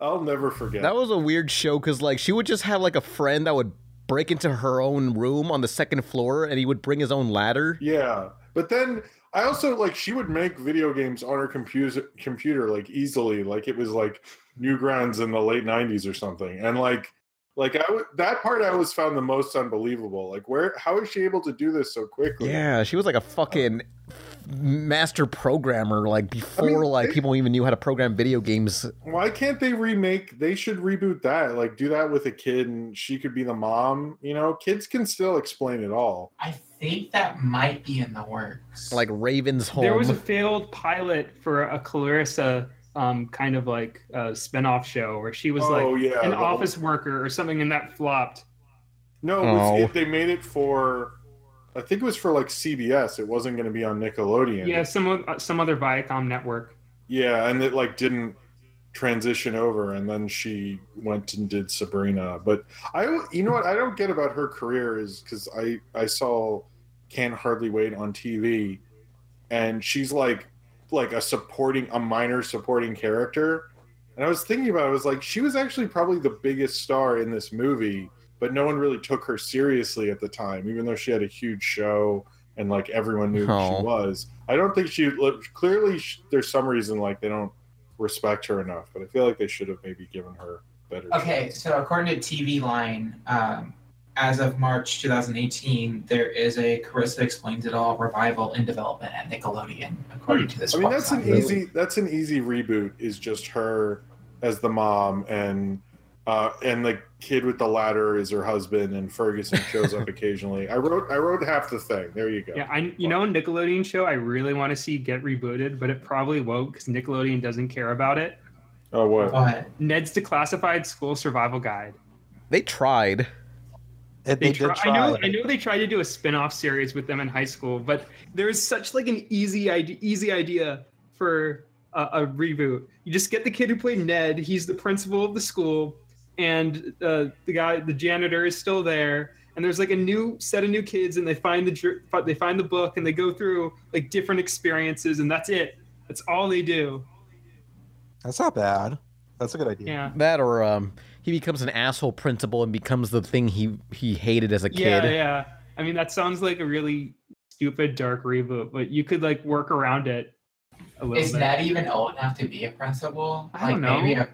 I'll never forget. That was a weird show because like she would just have like a friend that would break into her own room on the second floor and he would bring his own ladder. Yeah, but then I also like she would make video games on her computer computer like easily, like it was like Newgrounds in the late '90s or something, and like like I w- that part I always found the most unbelievable. Like where how is she able to do this so quickly? Yeah, she was like a fucking master programmer like before like people even knew how to program video games. Why can't they remake? They should reboot that. Like, do that with a kid, and she could be the mom. You know, kids can still explain it all. I think that might be in the works. Like Raven's Home. There was a failed pilot for a Clarissa um, kind of like uh, spin-off show where she was Oh, like yeah, an the- office worker or something, and that flopped. No, it was, it, they made it for. I think it was for like CBS. It wasn't going to be on Nickelodeon. yeah, some o- uh, some other Viacom network. Yeah, and it like didn't transition over, and then she went and did Sabrina. But I, don't- you know what, I don't get about her career is because I I saw Can Hardly Wait on TV, and she's like like a supporting a minor supporting character, and I was thinking about it, I was like she was actually probably the biggest star in this movie, but no one really took her seriously at the time, even though she had a huge show and like everyone knew who Oh. she was. I don't think she look, clearly sh there's some reason like they don't respect her enough, but I feel like they should have maybe given her better. Okay, so according to TV Line, um, as of March 2018, there is a Carissa Explains It All revival in development at Nickelodeon, according to this. I mean, that's an website. easy that's an easy reboot. Is just her as the mom and uh, and the kid with the ladder is her husband, and Ferguson shows up occasionally. I wrote I wrote half the thing. There you go. Yeah, I you know a Nickelodeon show I really want to see get rebooted, but it probably won't because Nickelodeon doesn't care about it. Oh what? What? Ned's Declassified School Survival Guide. They tried. They, try- I know I know they tried to do a spin-off series with them in high school, but there is such like an easy idea easy idea for a, a reboot. You just get the kid who played Ned, he's the principal of the school, and uh, the guy the janitor is still there. And there's like a new set of new kids, and they find the dr- fi- they find the book, and they go through like different experiences, and that's it. That's all they do. That's not bad. That's a good idea. Yeah. That or um he becomes an asshole principal and becomes the thing he he hated as a Yeah, kid. yeah. I mean, that sounds like a really stupid dark reboot, but you could like work around it a little Is bit. Ned even old enough to be a principal? I don't like, Maybe know. a,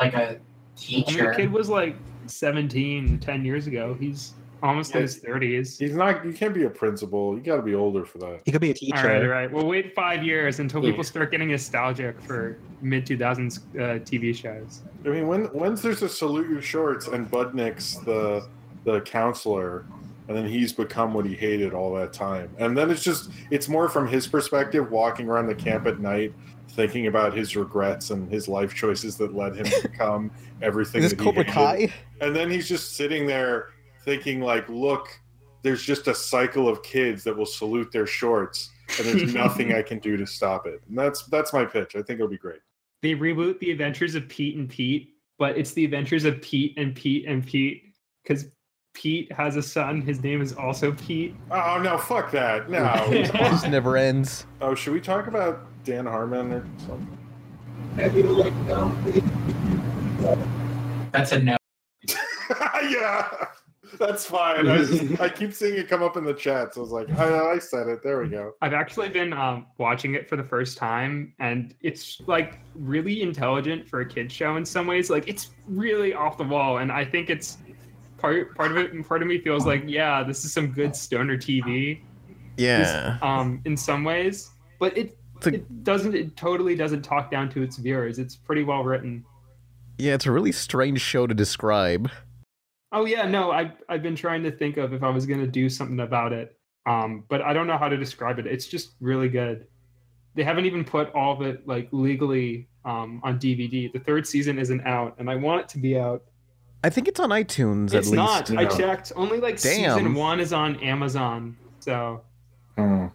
like a I mean, the teacher. kid was like 17 10 years ago. He's almost in his 30s. He's not. You can't be a principal. You got to be older for that. He could be a all right, all right. We'll wait five years until people start getting nostalgic for mid 2000s uh, TV shows. I mean, when when's there's a salute your shorts and Budnick's the the counselor, and then he's become what he hated all that time, and then it's just it's more from his perspective, walking around the camp at night, thinking about his regrets and his life choices that led him to become everything. Is this that he Cobra hated. Kai? And then he's just sitting there thinking, like, look, there's just a cycle of kids that will salute their shorts, and there's nothing I can do to stop it. And that's that's my pitch. I think it'll be great. They reboot The Adventures of Pete and Pete, but it's The Adventures of Pete and Pete and Pete because Pete has a son. His name is also Pete. Oh no! Fuck that! No. it just never ends. Oh, should we talk about Dan Harmon or something? That's a no. yeah, that's fine. I, just, I keep seeing it come up in the chat, so I was like, I, I said it. There we go. I've actually been um, watching it for the first time, and it's like really intelligent for a kid show in some ways. Like it's really off the wall, and I think it's part part of it. Part of me feels like, yeah, this is some good stoner TV. Yeah. Um, in some ways, but it it doesn't. It totally doesn't talk down to its viewers. It's pretty well written. Yeah, it's a really strange show to describe. Oh yeah, no, I I've been trying to think of if I was gonna do something about it, um, but I don't know how to describe it. It's just really good. They haven't even put all of it like legally um, on DVD. The third season isn't out, and I want it to be out. I think it's on iTunes at it's least. not. I checked. Only like Damn. season one is on Amazon. So Oh. Hmm.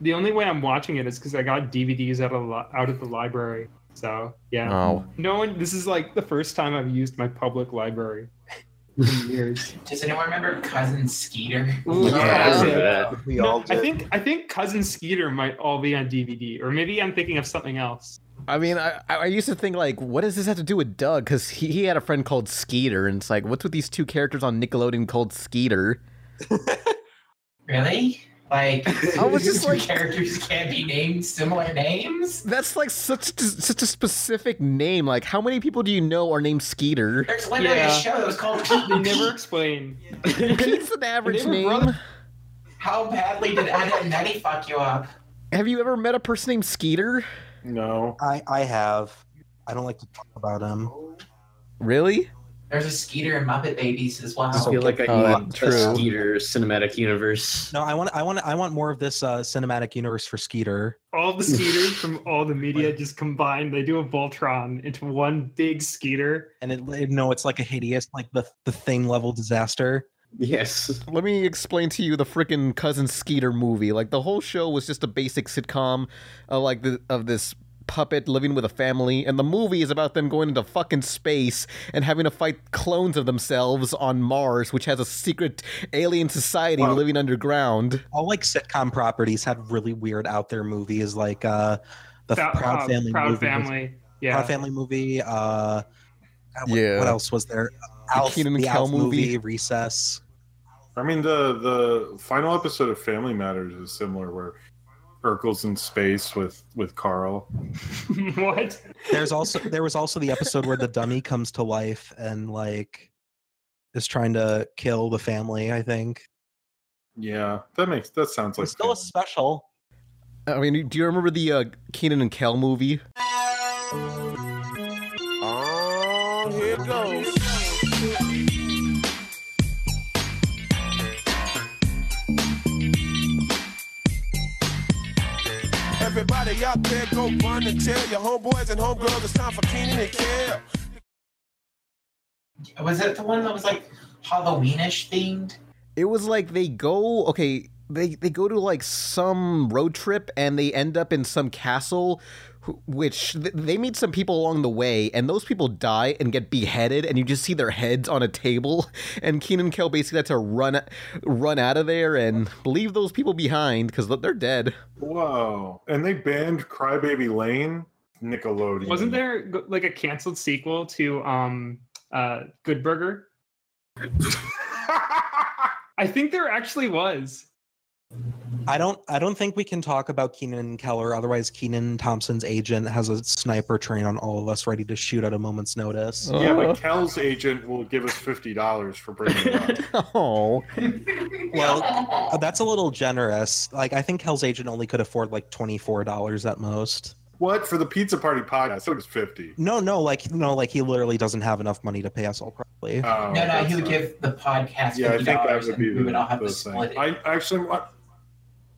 the only way I'm watching it is because I got DVDs out of the li- out of the library. So yeah, Oh. no one. This is like the first time I've used my public library in years. Does anyone remember Cousin Skeeter? Ooh, that's it. We No, all I did. think I think Cousin Skeeter might all be on DVD, or maybe I'm thinking of something else. I mean, I, I I used to think like, what does this have to do with Doug? Because he, he had a friend called Skeeter, and it's like, what's with these two characters on Nickelodeon called Skeeter? Really? Like, I was just two like- characters can't be named similar names. That's like such such a specific name. Like, how many people do you know are named Skeeter? There's literally Yeah. a show that was called Pete They and Pete. never explain. Pete's an average They were name. brothers. How badly did Adam Nutty fuck you up? have you ever met a person named Skeeter? No. I, I have. I don't like to talk about him. Really? There's a Skeeter and Muppet Babies as well. I feel like I Oh, need true. a Skeeter cinematic universe. No, I want I want I want more of this uh, cinematic universe for Skeeter. All the skeeters from all the media just combined. They do a Voltron into one big skeeter. And it, it no, it's like a hideous, like the the thing level disaster. Yes. Let me explain to you the freaking cousin Skeeter movie. Like the whole show was just a basic sitcom, uh, like the, of this puppet living with a family, and the movie is about them going into fucking space and having to fight clones of themselves on Mars, which has a secret alien society living underground. All like sitcom properties had really weird out there movies, like uh, the Fa- Proud uh, Family. Proud movie was- Family. Yeah. Proud Family movie. Uh, God, what, Yeah. What else was there? Alf, Keenan the and Kel Alf movie. movie. Recess. I mean the the final episode of Family Matters is similar where Urkel's in space with with Carl. what? There's also there was also the episode where the dummy comes to life and like is trying to kill the family. I think Yeah, that makes that sounds like it's still a special. I mean, do you remember the uh, Keenan and Kel movie? Oh, here goes. Everybody out there, go burn the tail. Your homeboys and homegirls, it's time for Keenan and Kel. Was it the one that was like Halloweenish themed? It was like they go okay, they they go to like some road trip and they end up in some castle wh- which th- they meet some people along the way and those people die and get beheaded and you just see their heads on a table and Keenan Kel basically had to run run out of there and leave those people behind cuz they're dead. Whoa. And they banned Crybaby Lane, Nickelodeon. Wasn't there g- like a canceled sequel to um uh Good Burger? I think there actually was. I don't I don't think we can talk about Keenan Keller, otherwise Keenan Thompson's agent has a sniper train on all of us ready to shoot at a moment's notice. Yeah, but Kel's agent will give us fifty dollars for bringing it up. Oh. well, uh, that's a little generous. Like I think Kel's agent only could afford like twenty four dollars at most. What for the pizza party podcast? It was fifty. No, no, like no, like he literally doesn't have enough money to pay us all properly. Uh. Oh, no, no, that's he would not- give the podcast Yeah, I fifty think that dollars, would and be we would all the, have the to thing. split it. I actually, my,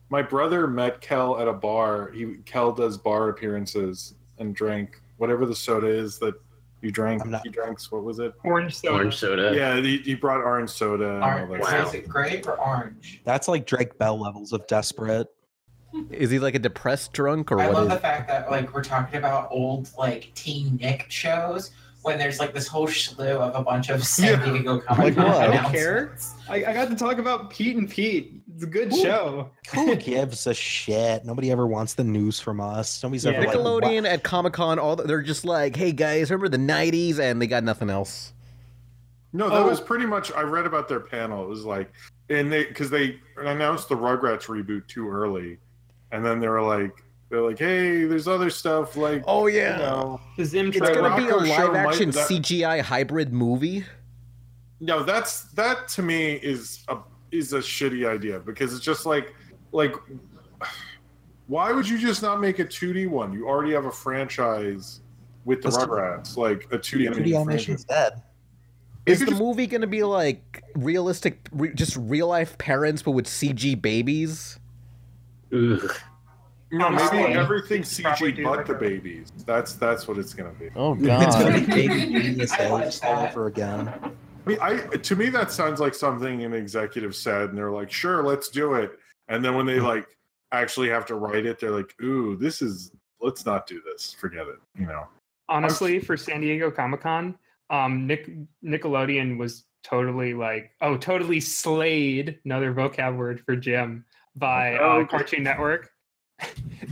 my brother met Kel at a bar. He Kel does bar appearances and drank whatever the soda is that you drank. he drinks what was it? Orange soda. Orange soda. Yeah, he, he brought orange soda. And all that Orange. stuff. Is it grape or orange? That's like Drake Bell levels of desperate. Is he like a depressed drunk or I what love is the fact that like we're talking about old like teen Nick shows when there's like this whole slew of a bunch of San Diego Comic Con I don't announcements. care. I, I got to talk about Pete and Pete. It's a good Ooh. show. Who gives a shit? Nobody ever wants the news from us. Nobody's Yeah. ever like, "Wow." Nickelodeon at Comic Con, all the, they're just like, "Hey guys, remember the '90s?" and they got nothing else. No, that Oh. was pretty much. I read about their panel. It was like, and they because they announced the Rugrats reboot too early, and then they were like, they're like, hey, there's other stuff like, Oh, you yeah. know. The Zim It's Tro- gonna be a Rocco show live might- action that- CGI hybrid movie. no, that's that to me is a is a shitty idea because it's just like, like, why would you just not make a 2D one? You already have a franchise with the Let's- Rugrats, like a 2D animated 2D animation's franchise. dead. Is the movie gonna be like realistic, re- just real life parents but with CG babies? Ugh. No, maybe Honestly, everything's you could probably CG do but like the a- babies. That's that's what it's gonna be. Oh It's god! gonna be baby genius I all watched that. over again. I, mean, I to me that sounds like something an executive said, and they're like, "Sure, let's do it." And then when Hmm. they like actually have to write it, they're like, "Ooh, this is let's not do this. Forget it." You know? honestly for San Diego Comic Con, um, Nick Nickelodeon was totally like, oh, totally slayed. Another vocab word for Jim by Oh, uh, okay. Cartoon Network,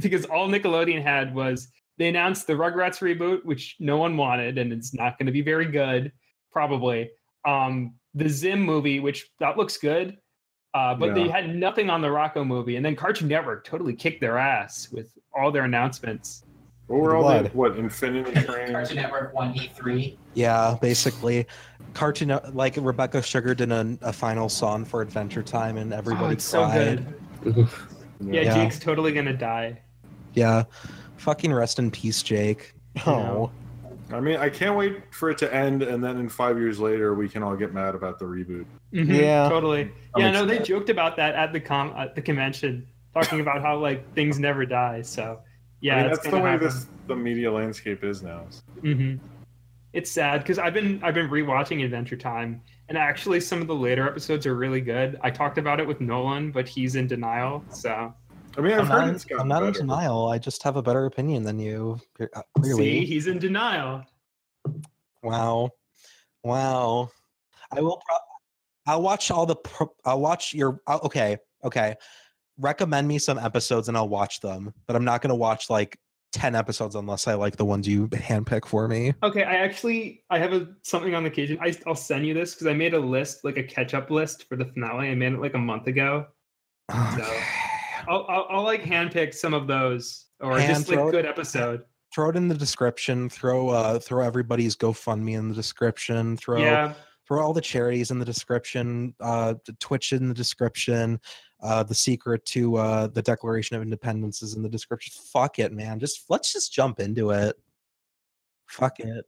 because all Nickelodeon had was they announced the Rugrats reboot, which no one wanted, and it's not going to be very good, probably. Um, the Zim movie, which that looks good. Uh, but they Yeah. had nothing on the Rocco movie, and then Cartoon Network totally kicked their ass with all their announcements. What were all the Blood. what Infinity Train? Cartoon Network one E three. Yeah, basically, cartoon like Oh, Rebecca Sugar did a, a final song for Adventure Time, and everybody oh, it's so cried. good. Yeah, Yeah. Jake's totally gonna die. Yeah. Fucking rest in peace, Jake. Oh. I mean, I can't wait for it to end, and then in five years later, we can all get mad about the reboot. Mhm, totally. I'm Yeah, no, they excited. joked about that at the com at the convention, talking about how like things never die. So yeah, I mean, it's that's the gonna way happen. this the media landscape is now. Mm-hmm. It's sad because I've been I've been rewatching Adventure Time, and actually some of the later episodes are really good. I talked about it with Nolan, but he's in denial. So I mean, I'm not, in, I'm not in denial. I just have a better opinion than you. clear- uh, Clearly. See, he's in denial. Wow. Wow. I will. Pro- I'll watch all the. Pro- I'll watch your. I'll, okay. Okay. Recommend me some episodes and I'll watch them, but I'm not going to watch like 10 episodes unless I like the ones you handpick for me. Okay, I actually I have a something on the occasion. I, I'll send you this because I made a list, like a catch-up list for the finale. I made it like a month ago. So I'll, I'll, I'll like handpick some of those or Hand just like throw it- good episode. Throw it in the description. Throw uh throw everybody's GoFundMe in the description. Throw Yeah. throw all the charities in the description. Uh, the Twitch in the description. Uh, the secret to uh the Declaration of Independence is in the description. Fuck it, man. Just let's just jump into it. Fuck it.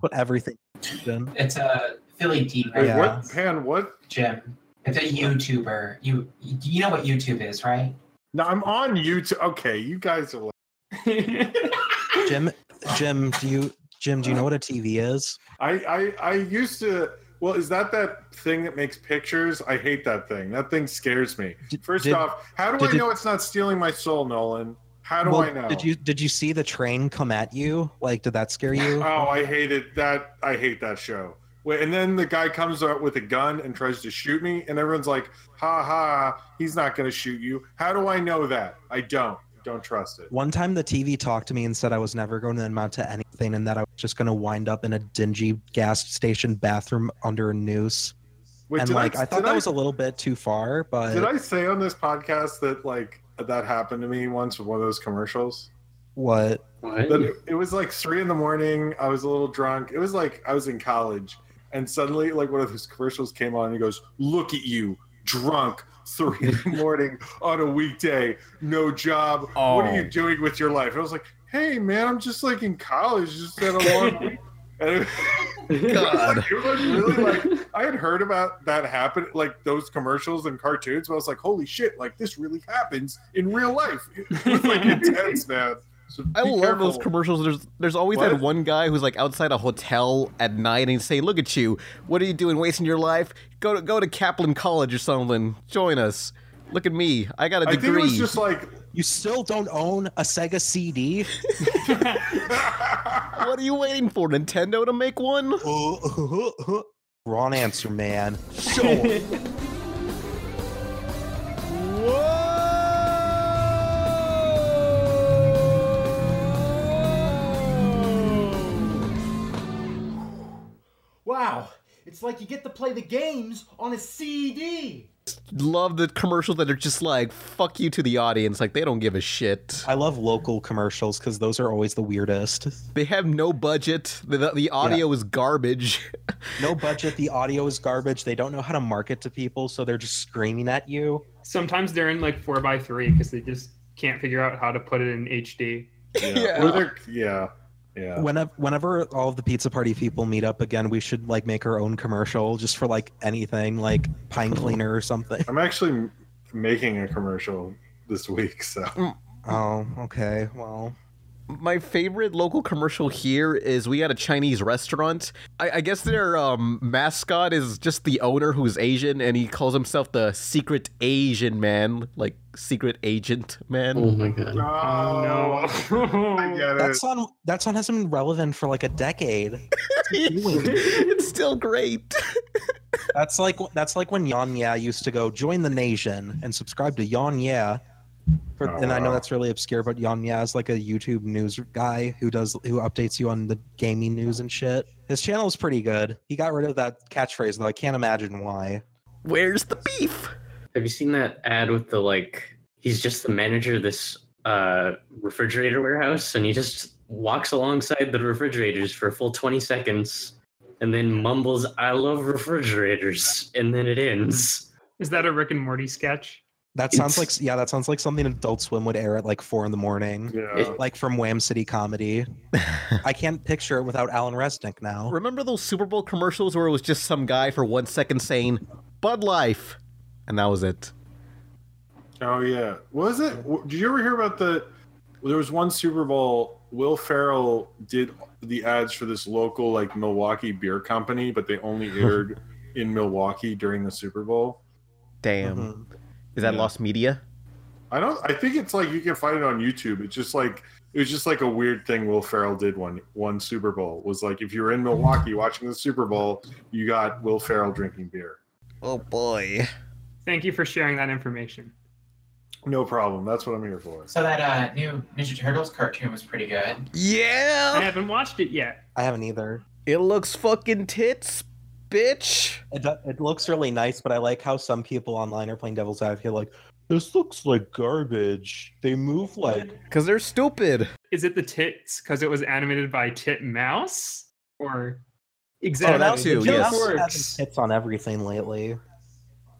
Put everything. in. It's a Philly D. Wait, what? Pan, what? Jim. It's a YouTuber. You you know what YouTube is, right? No, I'm on YouTube. Okay, you guys are. Like, Jim, Jim, do you Jim? Do you know what a TV is? I, I I used to. Well, is that that thing that makes pictures? I hate that thing. That thing scares me. First did- off, how do did I it- know it's not stealing my soul, Nolan? How do Well, I know? Did you did you see the train come at you? Like, did that scare you? Oh, I hated that. I hate that show. Wait, and then the guy comes out with a gun and tries to shoot me, and everyone's like, "Ha ha! He's not going to shoot you." How do I know that? I don't. Don't trust it. One time the TV talked to me and said I was never going to amount to anything and that I was just going to wind up in a dingy gas station bathroom under a noose. Wait, and did I- like I, thought did that I- was a little bit too far, but Did I say on this podcast that like that happened to me once with one of those commercials? what? That it was like three in the morning. I was a little drunk. It was like I was in college, and suddenly, like one of those commercials came on. and He goes, "Look at you, drunk, three in the morning on a weekday, no job. What are Oh. you doing with your life?" And I was like, "Hey, man, I'm just like in college, just had a long week." And it, God. it was really like I had heard about that happen, like those commercials and cartoons, but I was like, "Holy shit! Like this really happens in real life." It was like intense, man. So I be love those careful. commercials. There's there's always that What? one guy who's like outside a hotel at night and he'd say, "Look at you! What are you doing, wasting your life? Go to go to Kaplan College or something. Join us. Look at me. I got a I think degree." it was just like- You still don't own a Sega CD? what are you waiting for, Nintendo to make one? Wrong answer, man. Wow, it's like you get to play the games on a CD. Love the commercials that are just like, "Fuck you" to the audience. Like they don't give a shit. I love local commercials because those are always the weirdest. They have no budget. The, the, the audio is garbage. No budget, the audio is garbage. They don't know how to market to people, so they're just screaming at you. Sometimes they're in like four by three because they just can't figure out how to put it in HD. Yeah. Were there- yeah. Yeah. Whenever, whenever all of the pizza party people meet up again, we should like make our own commercial just for like anything, like pine cleaner or something. I'm actually m- making a commercial this week, so Oh, okay. Well, my favorite local commercial here is we had a Chinese restaurant. I, I guess their um, mascot is just the owner who's Asian, and he calls himself the Secret Asian Man, like Secret Agent Man. Oh my god! Oh, no. I get that song that song hasn't been relevant for like a decade. it's still great. That's like that's like when Yon Yeah used to go join the nation and subscribe to Yon Yeah. For, Oh, and I know wow. that's really obscure, but Yon Yeah is like a YouTube news guy who does who updates you on the gaming news and shit. His channel is pretty good. He got rid of that catchphrase though. I can't imagine why. Where's the beef? Have you seen that ad with the like? He's just the manager of this uh, refrigerator warehouse, and he just walks alongside the refrigerators for a full twenty seconds, and then mumbles, "I love refrigerators," and then it ends. Is that a Rick and Morty sketch? That sounds like yeah, that sounds like something Adult Swim would air at like four in the morning. Yeah. Like from Wham City Comedy. I can't picture it without Alan Resnick now. Remember those Super Bowl commercials where it was just some guy for one second saying Bud Life, and that was it. Oh yeah, was it? w- Did you ever hear about the? There was one Super Bowl. Will Farrell did the ads for this local like Milwaukee beer company, but they only aired in Milwaukee during the Super Bowl. Damn, is that Yeah. lost media? I don't. I think it's like you can find it on YouTube. It's just like it was just like a weird thing Will Ferrell did one one Super Bowl was like if you were in Milwaukee watching the Super Bowl, you got Will Ferrell drinking beer. Oh boy. Thank you for sharing that information. No problem. That's what I'm here for. So that uh, new Ninja Turtles cartoon was pretty good. Yeah. I haven't watched it yet. I haven't either. It looks fucking tits, bitch. It, do- it looks really nice, but I like how some people online are playing devil's advocate. Like this looks like garbage. They move like because they're stupid. Is it the tits because it was animated by Tit Mouse? Or Exactly. exactly Has tits on everything lately.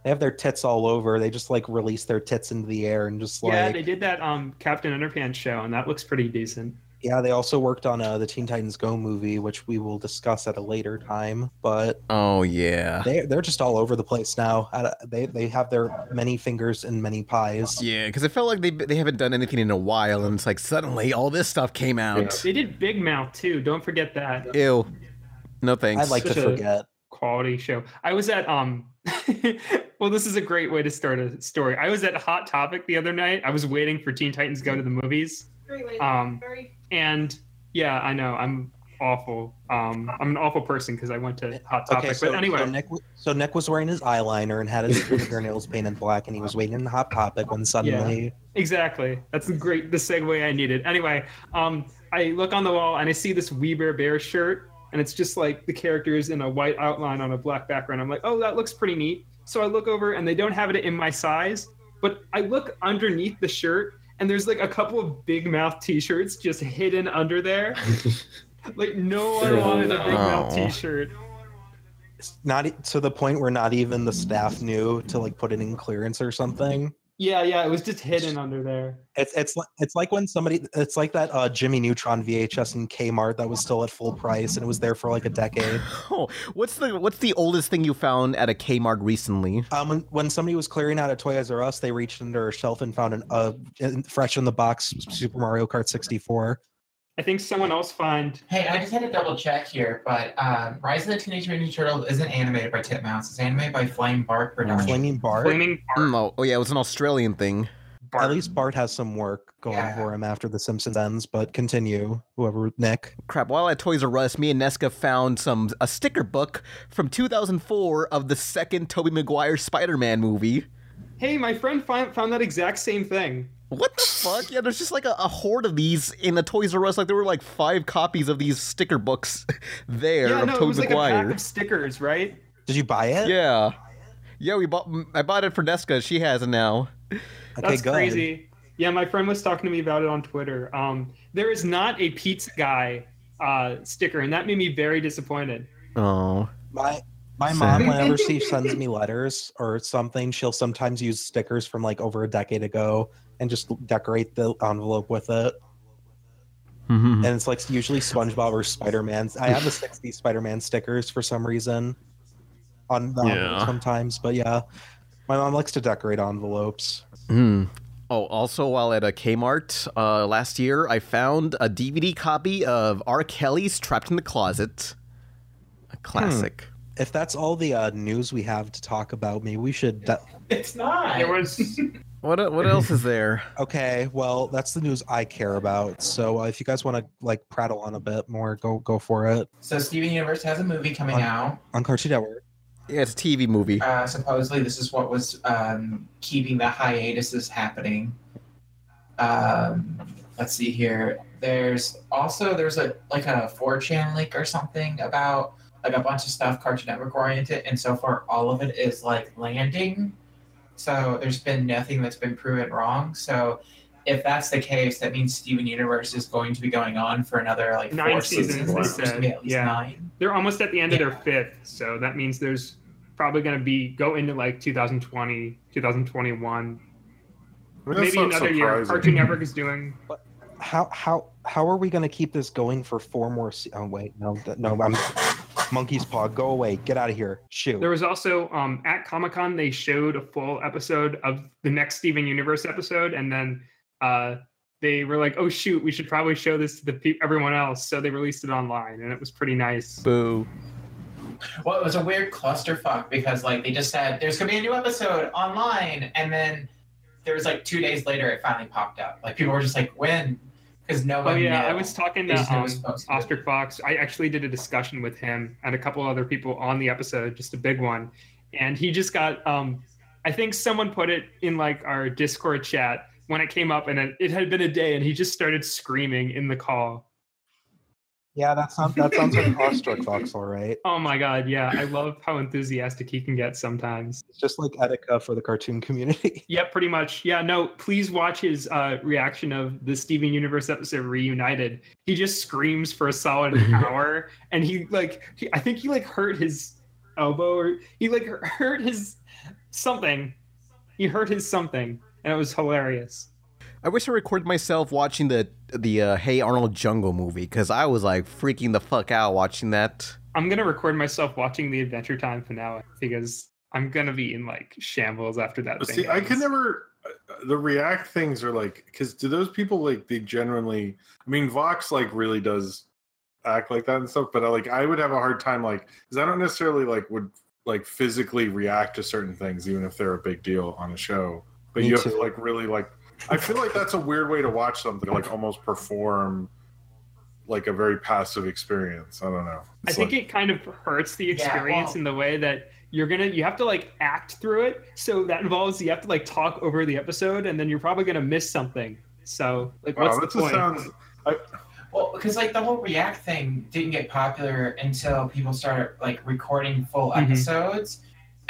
They have their tits all over. They just like release their tits into the air and just like Yeah, they did that um Captain Underpants show, and that looks pretty decent. Yeah, they also worked on uh, the Teen Titans Go movie, which we will discuss at a later time. But Oh yeah. they they're just all over the place now. Uh, They they have their many fingers and many pies. Yeah, because it felt like they they haven't done anything in a while, and it's like suddenly all this stuff came out. They did Big Mouth too. Don't forget that. Ew. No thanks. I'd like to Such a- forget. Quality show. I was at um. well, this is a great way to start a story. I was at Hot Topic the other night. I was waiting for Teen Titans Go to the movies. Um, and yeah, I know I'm awful. Um, I'm an awful person because I went to Hot Topic. so, but anyway, so Nick, w- so Nick was wearing his eyeliner and had his fingernails painted black, and he was waiting in the hot topic when suddenly Exactly. That's the great the segue I needed. Anyway, um, I look on the wall and I see this Weber Bear shirt, and it's just like the characters in a white outline on a black background. I'm like, oh, that looks pretty neat. So I look over and they don't have it in my size, but I look underneath the shirt and there's like a couple of big mouth t-shirts just hidden under there. like no one wanted a big mouth No. t-shirt. not e- to the point where not even the staff knew to like put it in clearance or something. Yeah, yeah, it was just hidden under there. It's it's li- it's like when somebody it's like that uh, Jimmy Neutron VHS in Kmart that was still at full price and it was there for like a decade. Oh, what's the what's the oldest thing you found at a Kmart recently? Um, when, when somebody was clearing out a Toys R Us, they reached under a shelf and found an uh, in- fresh in the box Super Mario Kart 64. I think someone else find Hey, I just had to double check here, but um, Rise of the Teenage Mutant Ninja Turtles isn't animated by Titmouse. It's animated by Flame Bark Productions. Flaming Bart. Flaming Mm, oh, oh yeah, it was an Australian thing. At least Bart has some work going for him after The Simpsons ends. But continue, whoever Nick. Crap! While at Toys R Us, me and Nesca found some a sticker book from 2004 of the second Tobey Maguire Spider-Man movie. Hey, my friend find, found that exact same thing. What the fuck? Yeah, there's just like a, a horde of these in the Toys R Us. Like there were like five copies of these sticker books there Yeah, of no, it Tobey was like a Maguire. pack of stickers, right? Did you buy it? Yeah, yeah. We bought. I bought it for Nesca. She has it now. That's crazy. Yeah, my friend was talking to me about it on Twitter. Um, there is not a pizza guy uh, sticker, and that made me very disappointed. Oh. My my Sad. mom, whenever she sends me letters or something, she'll sometimes use stickers from like over a decade ago and just decorate the envelope with it. Hmm. And it's like usually SpongeBob or Spider Man's. I have the 60 Spider Man stickers for some reason on the envelope Yeah. sometimes, but yeah, my mom likes to decorate envelopes. Hmm. Oh, also, while at a Kmart uh, last year, I found a DVD copy of R. Kelly's Trapped in the Closet. A classic. If that's all the uh, news we have to talk about, maybe we should. De- It's not. It was. What Hmm. what else is there? Okay, well, that's the news I care about. So uh, if you guys want to like prattle on a bit more, go go for it. So Steven Universe has a movie coming out. on Cartoon Network. Yeah, it's a TV movie. Uh, supposedly, this is what was um, keeping the hiatuses happening. Um, let's see here. There's also there's a like a 4chan leak or something about like a bunch of stuff Cartoon Network oriented, and so far all of it is like landing. So there's been nothing that's been proven wrong. So if that's the case, that means Steven Universe is going to be going on for another like Nine four seasons. seasons, they There's gonna said. be at least Yeah. nine. They're almost at the end of their fifth, so that means there's probably going to be go into like 2020, 2021 That's maybe not another year. surprising. Cartoon Network is doing. How how how are we going to keep this going for four more? Se- oh wait, no, th- no, I'm monkey's paw. Go away, get out of here. Shoot. There was also um, at Comic Con they showed a full episode of the next Steven Universe episode, and then uh, they were like, "Oh shoot, we should probably show this to the pe- everyone else." So they released it online, and it was pretty nice. Boo. Well, it was a weird clusterfuck because like they just said there's gonna be a new episode online, and then there was like two days later it finally popped up. Like people were just like, when? Because no Oh one. yeah, knew. I was talking They to just knew it um, was supposed to. Ostrich Fox. I actually did a discussion with him and a couple other people on the episode, just a big one, and he just got. Um, I think someone put it in like our Discord chat when it came up, and it, it had been a day, and he just started screaming in the call. yeah, that sounds that sounds like awestruck Fox, all right. Oh my god, yeah, I love how enthusiastic he can get sometimes. It's just like Etika for the cartoon community. Yeah, pretty much. Yeah, no, please watch his uh, reaction of the Steven Universe episode Reunited. He just screams for a solid hour, and he like, he, I think he like hurt his elbow or he like hurt his something. He hurt his something, and it was hilarious. I wish I recorded myself watching the the uh, Hey Arnold Jungle movie because I was like freaking the fuck out watching that. I'm gonna record myself watching the Adventure Time finale because I'm gonna be in like shambles after that. But thing See, I ends. could never. uh, The React things are like because do those people like they genuinely? I mean, Vox like really does act like that and stuff, but I, like I would have a hard time like because I don't necessarily like would like physically react to certain things even if they're a big deal on a show. But Me you have too. to like really like. I feel like that's a weird way to watch something like almost perform like a very passive experience. I don't know. I It's think like- it kind of hurts the Yeah, experience well- in the way that you're gonna you have to like act through it. So that involves you have to like talk over the episode, and then you're probably gonna miss something. So like, wow, what's that the just point? sounds. I, Well, because like the whole React thing didn't get popular until people started like recording full Mhm. episodes,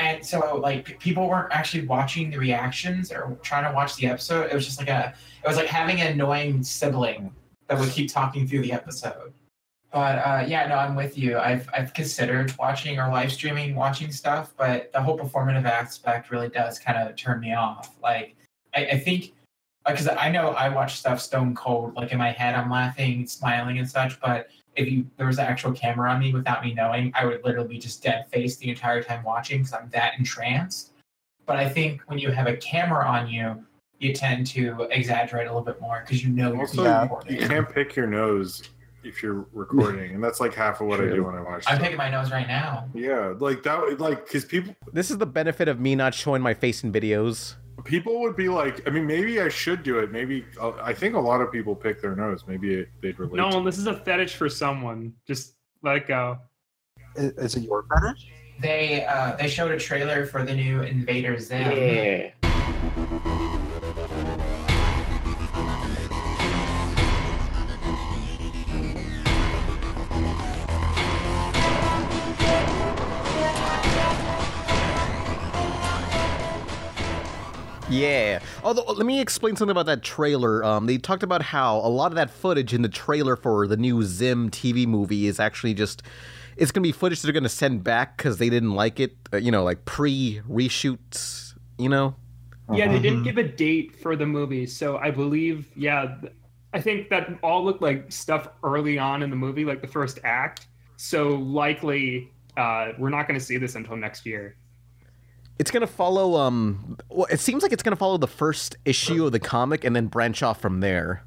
and so like p- people weren't actually watching the reactions or trying to watch the episode. It was just like a, it was like having an annoying sibling that would keep talking through the episode. But uh, yeah, no, I'm with you. I've I've considered watching or live streaming watching stuff, but the whole performative aspect really does kind of turn me off. Like I, I think because I know I watch stuff stone cold, like in my head, I'm laughing, smiling, and such. But if you there was an actual camera on me without me knowing, I would literally be just dead face the entire time watching because I'm that entranced. But I think when you have a camera on you, you tend to exaggerate a little bit more because you know you're Also, being you- recorded. you can't pick your nose if you're recording, and that's like half of what I do when I watch. I'm stuff. picking my nose right now. yeah, like that, like because people This is the benefit of me not showing my face in videos. people would be like, I mean, maybe I should do it. Maybe uh, I think a lot of people pick their nose. Maybe it, they'd relate. No, to this is a fetish for someone. Just let it go. Is, is it your fetish? They uh, they showed a trailer for the new Invader Zim. Yeah. Yeah. Although, let me explain something about that trailer. Um, they talked about how a lot of that footage in the trailer for the new Zim TV movie is actually just. It's going to be footage they're going to send back because they didn't like it. Uh, you know, like pre reshoots, you know? Yeah, they Uh-huh. didn't give a date for the movie, so I believe. Yeah, th- I think that all looked like stuff early on in the movie, like the first act. So likely, uh, we're not gonna see this until next year. It's gonna follow. Um, well, it seems like it's gonna follow the first issue of the comic and then branch off from there.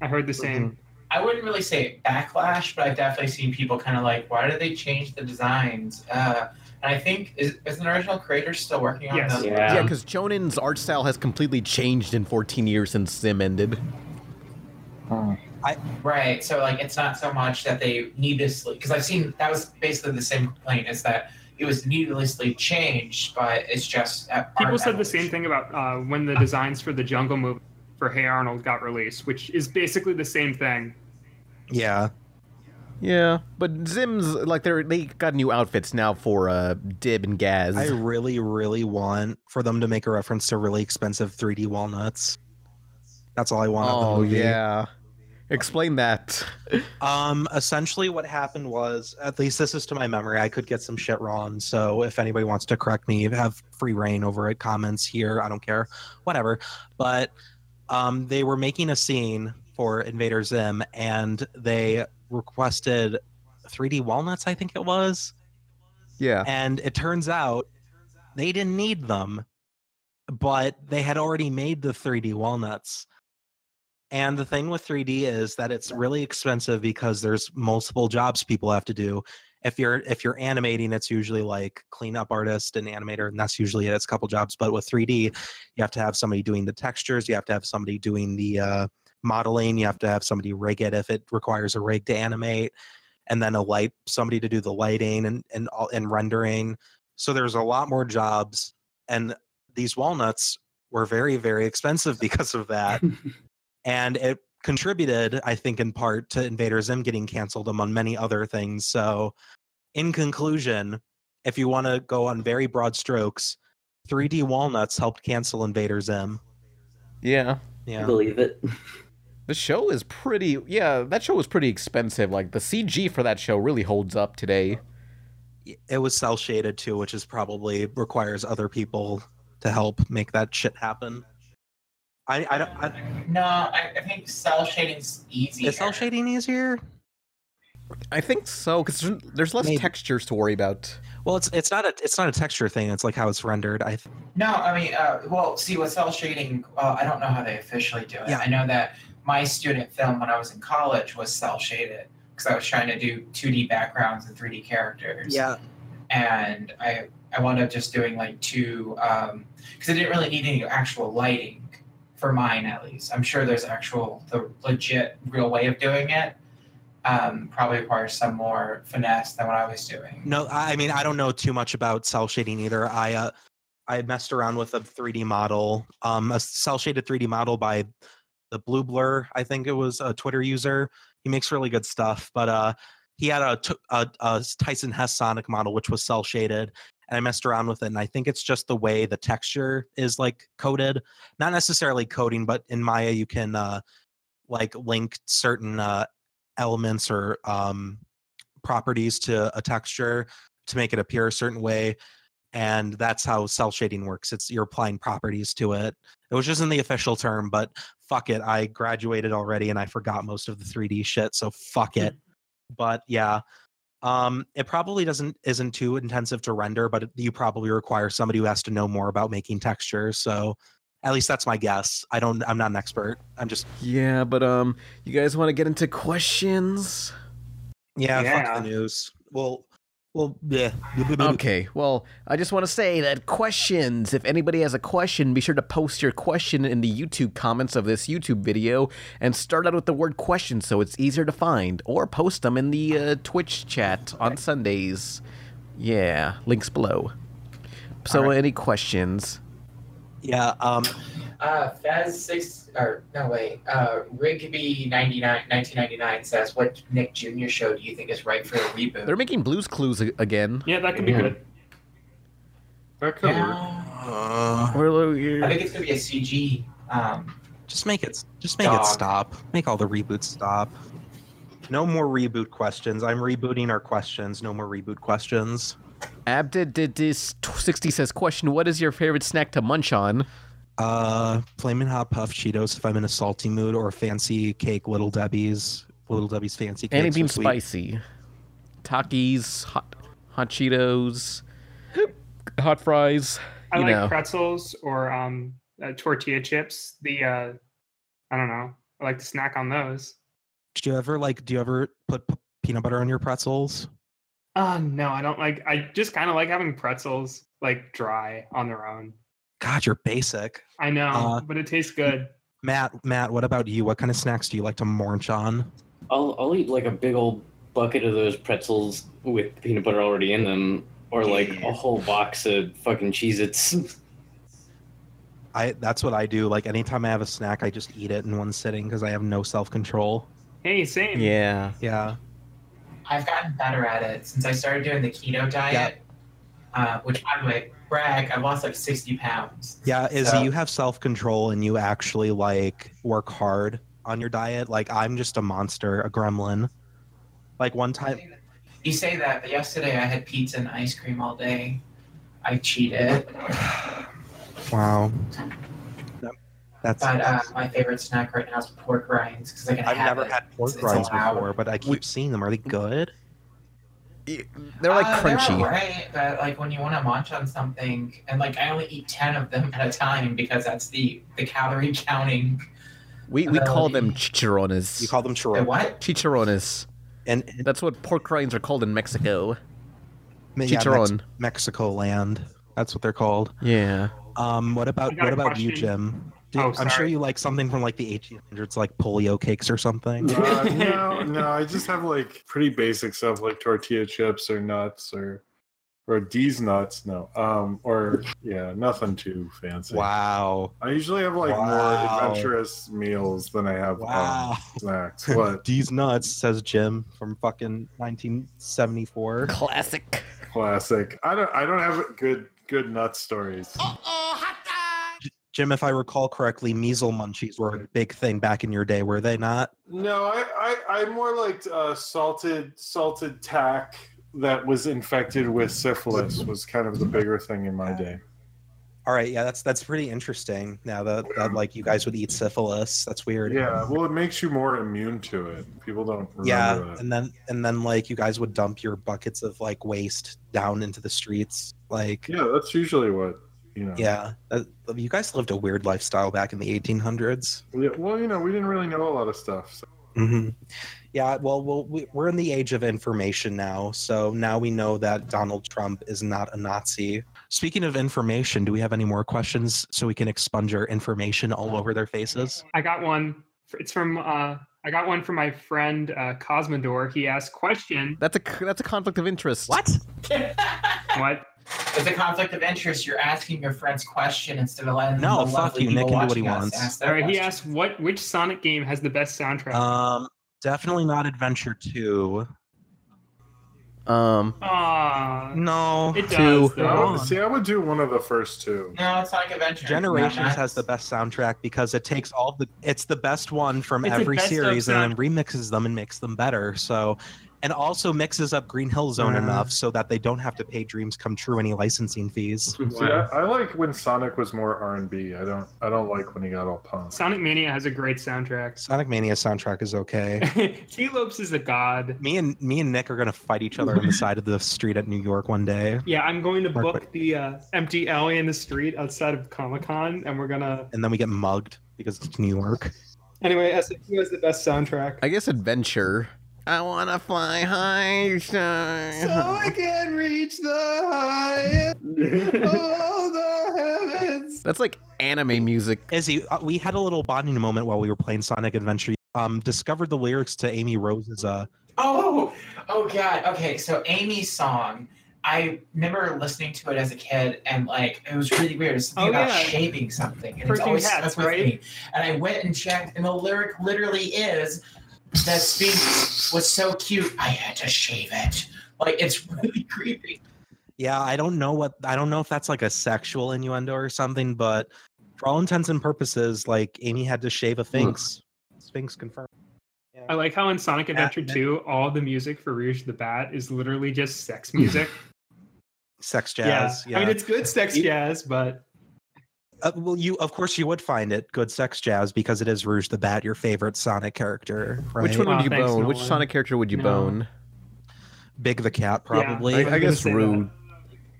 I heard the same. I wouldn't really say backlash, but I've definitely seen people kind of like, why did they change the designs? Uh, and I think is, is an original creator still Mm-hmm. working on Yes. those? Yeah. Yeah, because Jonin's art style has completely changed in 14 years since Zim ended. Right. So like, it's not so much that they needlessly because I've seen that was basically the same complaint is that it was needlessly changed, but it's just at part People of said the evolution. same thing about uh, when the designs for the Jungle movie for Hey Arnold got released, which is basically the same thing. Yeah. Yeah, but Zim's like they are they got new outfits now for uh Dib and Gaz. I really, really want for them to make a reference to really expensive 3D walnuts. That's all I want. out of the oh movie. yeah, Explain that. Um, essentially, what happened was, at least this is to my memory. I could get some shit wrong, so if anybody wants to correct me, have free reign over it. Comments here, I don't care, whatever. But um, they were making a scene for Invader Zim, and they requested 3D walnuts. I think it was. Yeah. And it turns out they didn't need them, but they had already made the 3D walnuts. And the thing with 3D is that it's really expensive because there's multiple jobs people have to do. If you're if you're animating, it's usually like cleanup artist and animator, and that's usually it. It's a couple jobs. But with 3D, you have to have somebody doing the textures, you have to have somebody doing the uh, modeling, you have to have somebody rig it if it requires a rig to animate, and then a light somebody to do the lighting and and all and rendering. So there's a lot more jobs, and these walnuts were very very expensive because of that. and it contributed i think in part to invader zim getting canceled among many other things so in conclusion if you want to go on very broad strokes 3d walnuts helped cancel invader zim Yeah. Yeah. I believe it. The show is pretty. Yeah, that show was pretty expensive. Like the CG for that show really holds up today. it was cell shaded too which is probably requires other people to help make that shit happen i i don't I, No, I, I think cell shading's easier. is cell shading easier I think so because there's less textures to worry about. well it's it's not a it's not a texture thing it's like how it's rendered i th- No, I mean, uh, well, see, with cell shading, uh, I don't know how they officially do it. Yeah. I know that my student film when I was in college was cell shaded because I was trying to do 2D backgrounds and 3D characters. yeah And I, I wound up just doing like two, because I didn't really need any actual lighting for mine at least. I'm sure there's actual, the legit real way of doing it. Um, probably requires some more finesse than what I was doing. No, I I mean I don't know too much about cell shading either. I uh, I messed around with a 3D model, um, a cell shaded 3D model by the Blue Blur. I think it was a Twitter user. He makes really good stuff, but uh, he had a, t- a, a Tyson Hess Sonic model which was cell shaded, and I messed around with it. And I think it's just the way the texture is like coded, not necessarily coding, but in Maya you can uh, like link certain uh, elements or um, properties to a texture to make it appear a certain way and that's how cell shading works it's you're applying properties to it which isn't the official term but fuck it i graduated already and i forgot most of the 3d shit so fuck it but yeah um it probably doesn't isn't too intensive to render but it- you probably require somebody who has to know more about making textures so at least that's my guess i don't i'm not an expert i'm just Yeah, but um, you guys want to get into questions? yeah, Yeah. fuck the news well well yeah Okay, well, I just want to say that questions, if anybody has a question, be sure to post your question in the YouTube comments of this YouTube video and start out with the word question so it's easier to find, or post them in the uh, Twitch chat on Sundays. Yeah, links below. So, any questions? Yeah, um, Uh, Fez six or no wait, uh, Rigby 99, 1999 says, "What Nick Jr. show do you think is right for a reboot?" they're making Blues Clues a- again. Yeah, that could be good. That could Uh, I think it's gonna be a CG. Um, Just make it. Just make Dog. it stop. Make all the reboots stop. No more reboot questions. I'm rebooting our questions. No more reboot questions. Abdididis60 says, question, what is your favorite snack to munch on? Uh, Flamin' Hot Puff Cheetos if I'm in a salty mood, or fancy cake Little Debbie's. Little Debbie's fancy cake. Anything spicy. Takis, hot, hot Cheetos, hot fries. I you like know. pretzels or um, uh, tortilla chips. The uh, I don't know. I like to snack on those. Do you ever like? Do you ever put p- peanut butter on your pretzels? Uh no, I don't like. I just kind of like having pretzels like dry on their own. God, you're basic. I know, Uh, but it tastes good. Matt, Matt, what about you? What kind of snacks do you like to munch on? I'll I'll eat like a big old bucket of those pretzels with peanut butter already in them, or like a whole box of fucking Cheez Its. I that's what I do. Like anytime I have a snack, I just eat it in one sitting because I have no self control. Hey, same. Yeah. Yeah. I've gotten better at it since I started doing the keto diet, uh, which by the way, brag, I've lost like sixty pounds. Yeah, Izzy, So- you have self control and you actually like work hard on your diet. Like I'm just a monster, a gremlin. Like one time, You say that, but yesterday I had pizza and ice cream all day. I cheated, wow. That- That's but uh, my favorite snack right now is pork rinds because I can I've have never it. had pork It's- it's rinds allowed. before, but I keep seeing them. Are they good? They're like Uh, crunchy. alright, but like when you want to munch on something, and like I only eat ten of them at a time because that's the the calorie counting. We we call ability. them chicharrones. You call them They're what? Chicharrones. And that's what pork rinds are called in Mexico. I mean, yeah, Mex- Chicharron. Mexico land. That's what they're called. Yeah. Um, what about I got what a about you, question. Jim? Oh, I'm sure sorry. you like something from like the 1800s, like polio cakes or something. Uh, no, no, I just have like pretty basic stuff like tortilla chips or nuts or or these nuts. No, um, or yeah, nothing too fancy. Wow. I usually have like Wow. more adventurous meals than I have Wow. um, snacks. What These Uh, nuts, says Jim from fucking 1974. Classic. classic? I don't. I don't have good good nut stories. Jim, if I recall correctly, measle munchies were a big thing back in your day, were they not? No, I I, I more liked uh, salted salted tack that was infected with syphilis was kind of the bigger thing in my day. All right, yeah, that's that's pretty interesting. Now that, that like you guys would eat syphilis, that's weird. Yeah, well, it makes you more immune to it. People don't remember yeah, that. and then and then like you guys would dump your buckets of like waste down into the streets, like Yeah, that's usually what you know. yeah. that- you guys lived a weird lifestyle back in the 1800s. Yeah, Well, you know, we didn't really know a lot of stuff. So. hmm Yeah, well, well, we- we're in the age of information now, so now we know that Donald Trump is not a Nazi. Speaking of information, do we have any more questions so we can expunge our information all over their faces? I got one. It's from uh, I got one from my friend uh, Cosmodor. He asked question. That's a that's a conflict of interest. What? what? It's a conflict of interest. You're asking your friend's question instead of letting No, the fuck lovely you, Nick people can do what he watching us wants. ask their All right. He question. asked what which Sonic game has the best soundtrack. Uh, Um, definitely not Adventure Two. Um, Aw. no, It does, I would- see, I would do one of the first two. No, it's Sonic Adventure. Generations has the best soundtrack because it takes all the it's the best one from It's the every best of series and then remixes them and makes them better. So and also mixes up Green Hill Zone Yeah. enough so that they don't have to pay Dreams Come True any licensing fees. See, I, I like when Sonic was more R and B. I don't. I don't like when he got all punk. Sonic Mania has a great soundtrack. Sonic Mania soundtrack is okay. Telopes is a god. me and me and Nick are gonna fight each other on the side of the street at New York one day. Yeah, I'm going to Mark, book the uh, empty alley in the street outside of Comic Con, and we're gonna. And then we get mugged because it's New York. Anyway, SFU has the best soundtrack. I guess adventure. I wanna fly high. I can reach the highest of the heavens. That's like anime music. Izzy, uh, we had a little bonding moment while we were playing Sonic Adventure. Um, discovered the lyrics to Amy Rose's uh, Oh, oh God. Okay, so Amy's song. I remember listening to it as a kid, and like it was really weird. It's something Oh, about yeah. shaving something, and it's Freaking always hats, stuck with right? me. And I went and checked, and the lyric literally is, "That Sphinx was so cute, I had to shave it." Like it's really creepy. Yeah, I don't know what I don't know if that's like a sexual innuendo or something, but for all intents and purposes, like Amy had to shave a Sphinx. Sphinx confirmed. I like how in Sonic Adventure man. 2, all the music for Rouge the Bat is literally just sex music. Sex jazz. Yeah. I mean, it's good sex jazz, but Uh, well, you of course you would find it good sex jazz because it is Rouge the Bat, your favorite Sonic character. Right? Which one would Aw, you thanks, bone? Which Nolan. Sonic character would you No. bone? Big the Cat, probably. I, I guess Rude. Rude.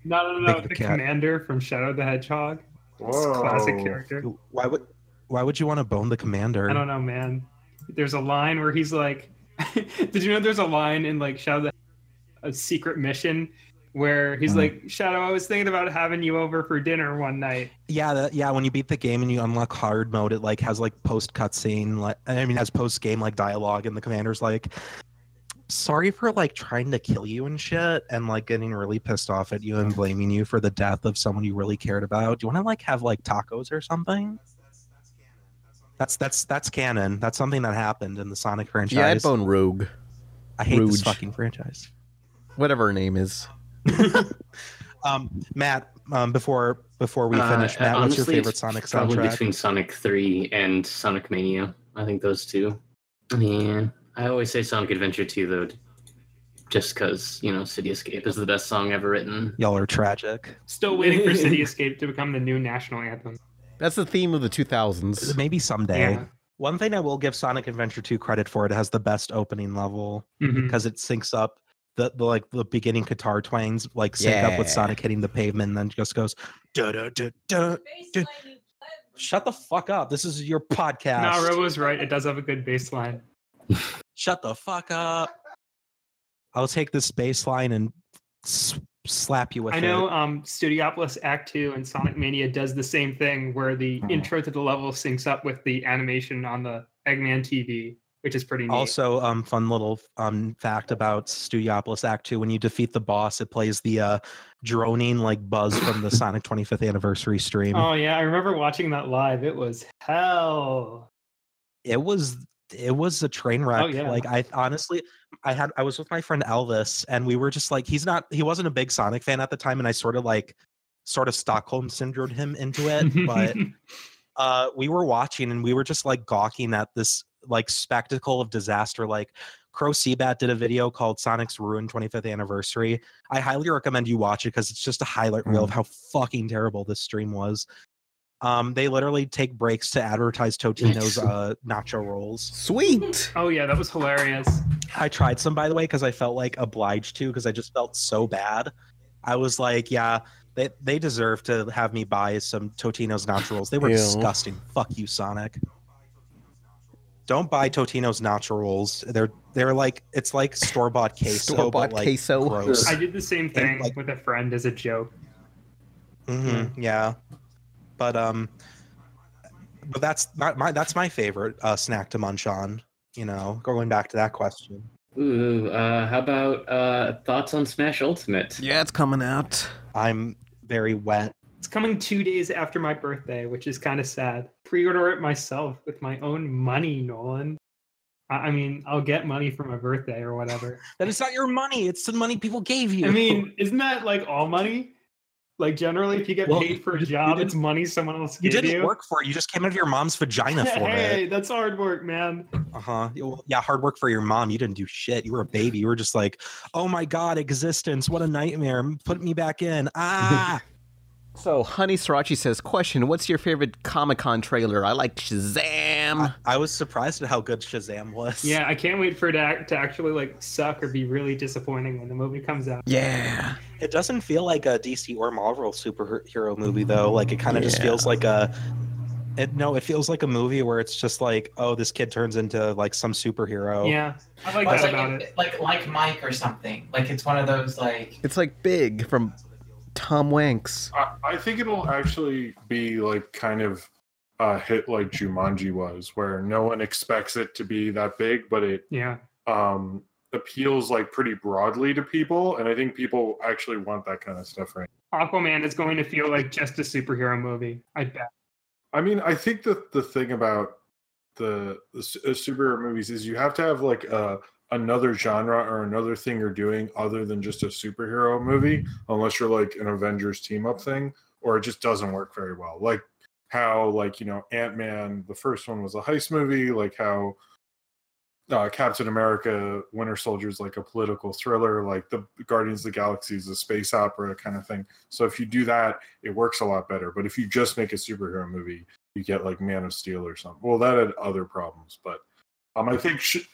no, no, no, Big the the Cat. commander from Shadow the Hedgehog. It's a classic character. Why would why would you want to bone the commander? I don't know, man. There's a line where he's like, "Did you know there's a line in like Shadow, the- a secret mission, where he's Uh-huh. like, Shadow, I was thinking about having you over for dinner one night. Yeah, that, yeah. When you beat the game and you unlock hard mode, it like has like post cutscene. Like I mean, has post game like dialogue, and the commander's like, "Sorry for like trying to kill you and shit, and like getting really pissed off at you and blaming you for the death of someone you really cared about. Do you want to like have like tacos or something?" That's that's that's canon. That's something that happened in the Sonic franchise. Yeah, I'd bone Rogue. I hate this Rouge. fucking franchise. Whatever her name is. Um, Matt, um, before before we Uh, finish, Matt, what's your honestly, favorite it's Sonic Probably soundtrack? between Sonic 3 and Sonic Mania. I think those two. Man, I always say Sonic Adventure 2 though, just because you know City Escape is the best song ever written. Y'all are tragic. Still waiting for City Escape to become the new national anthem. That's the theme of the 2000s. Maybe someday. Yeah. One thing I will give Sonic Adventure 2 credit for, it has the best opening level Mhm. because it syncs up the, the like the beginning guitar twangs like sync up with Yeah. Sonic hitting the pavement and then just goes da da da da. da. Shut the fuck up. This is your podcast. Nah, Robo's right. It does have a good bass line. Shut the fuck up. I'll take this bass line and s- slap you with I know um, Studiopolis Act 2 and Sonic Mania does the same thing where the Uh-huh. intro to the level syncs up with the animation on the Eggman TV, which is pretty it. neat. Also, um, fun little um fact about Studiopolis Act Two: when you defeat the boss, it plays the uh droning like buzz from the Sonic 25th anniversary stream. oh, yeah. I remember watching that live. It was hell. it was it was a train wreck. Oh, yeah. Like I honestly, I had I was with my friend Elvis, and we were just like, he's not he wasn't a big Sonic fan at the time, and I sort of like sort of Stockholm syndrome him into it, but. uh, we were watching and we were just like gawking at this like spectacle of disaster. Like Crow Seabat did a video called Sonic's Ruin 25th Anniversary. I highly recommend you watch it because it's just a highlight reel of how fucking terrible this stream was. Um, they literally take breaks to advertise Totino's uh, nacho rolls. Sweet. Oh, yeah. That was hilarious. I tried some by the way because I felt like obliged to because I just felt so bad. I was like, yeah, they they deserve to have me buy some Totino's nacho rolls. They were Ew. disgusting. Fuck you, Sonic. Don't buy Totino's nacho rolls. They're they're like it's like store bought queso, Store-bought but like queso. gross. I did the same thing like- with a friend as a joke. Mm-hmm, yeah, but um, but that's not my that's my favorite uh, snack to munch on. You know, going back to that question. Ooh, uh, how about uh, thoughts on Smash Ultimate? Yeah, it's coming out. I'm very wet. It's coming two days after my birthday, which is kind of sad. Pre order it myself with my own money, Nolan. I I mean, I'll get money for my birthday or whatever. That it's not your money. It's the money people gave you. I mean, isn't that like all money? Like generally, if you get Well, paid for a you- you job, it's didn't- money someone else you gave didn't you. work for it. You just came out of your mom's vagina for hey, it. that's hard work, man. Uh huh. Yeah, hard work for your mom. You didn't do shit. You were a baby. You were just like, oh my god, existence. What a nightmare. Put me back in. Ah. So, Honey Srirachi says, question, what's your favorite Comic-Con trailer? I like Shazam. I was surprised at how good Shazam was. Yeah, I can't wait for it to, act, to actually like suck or be really disappointing when the movie comes out. Yeah. It doesn't feel like a DC or Marvel superhero movie though. Like it kind of just feels like a. It, no, it feels like a movie where it's just like, oh, this kid turns into like some superhero. Yeah, I like Well, that it's about it. Like like Mike or something. Like it's one of those like It's like Big from Tom Wanks. I, I think it'll actually be like kind of a hit like Jumanji was, where no one expects it to be that big, but it Yeah. um, appeals like pretty broadly to people, and I think people actually want that kind of stuff right. Aquaman is going to feel like just a superhero movie. I bet. I mean, I think that the thing about the, the su- uh, superhero movies is you have to have like a another genre or another thing you're doing other than just a superhero movie, unless you're like an Avengers team up thing, or it just doesn't work very well. Like how like you know Ant Man, the first one was a heist movie. Like how uh, Captain America, Winter Soldier is like a political thriller. Like the Guardians of the Galaxy is a space opera kind of thing. So if you do that, it works a lot better. But if you just make a superhero movie, you get like Man of Steel or something. Well, that had other problems, but um, I think sh-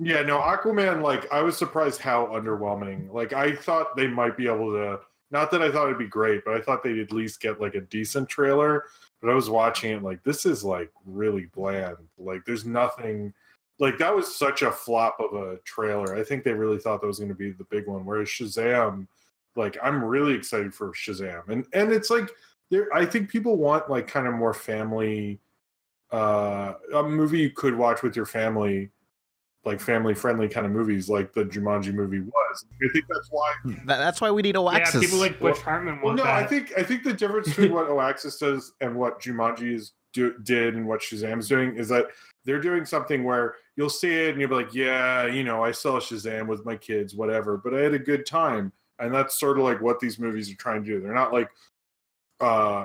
yeah, no, Aquaman. Like I was surprised how underwhelming. Like I thought they might be able to. Not that I thought it'd be great, but I thought they'd at least get like a decent trailer. But I was watching it like this is like really bland. Like there's nothing like that was such a flop of a trailer. I think they really thought that was going to be the big one. Whereas Shazam, like I'm really excited for Shazam, and and it's like there. I think people want like kind of more family, uh, a movie you could watch with your family, like family friendly kind of movies, like the Jumanji movie was. I think that's why That, that's why we need Oaxis. Yeah, people like Butch Hartman want well, no, that. I think I think the difference between what Oaxis does and what Jumanji is do, did and what Shazam's doing is that they're doing something where you'll see it and you'll be like, yeah, you know, I saw Shazam with my kids, whatever, but I had a good time, and that's sort of like what these movies are trying to do. They're not like uh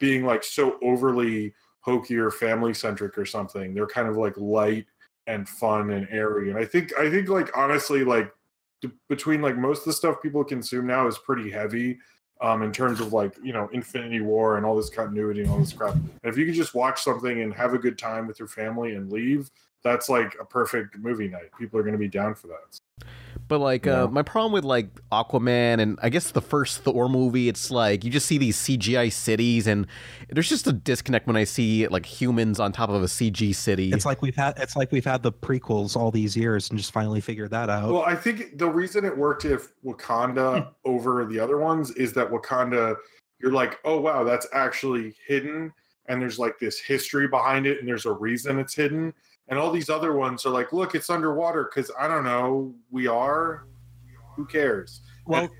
being like so overly hokey or family centric or something. They're kind of like light and fun and airy. And I think I think like honestly like d- between like most of the stuff people consume now is pretty heavy um in terms of like you know Infinity War and all this continuity and all this crap. And if you could just watch something and have a good time with your family and leave, that's like a perfect movie night. People are going to be down for that. But like uh, my problem with like Aquaman and I guess the first Thor movie, it's like you just see these CGI cities and there's just a disconnect when I see like humans on top of a CG city. It's like we've had it's like we've had the prequels all these years and just finally figured that out. Well, I think the reason it worked if Wakanda over the other ones is that Wakanda, you're like, oh wow, that's actually hidden, and there's like this history behind it, and there's a reason it's hidden. And all these other ones are like, look, it's underwater because I don't know, we are. Who cares? Well,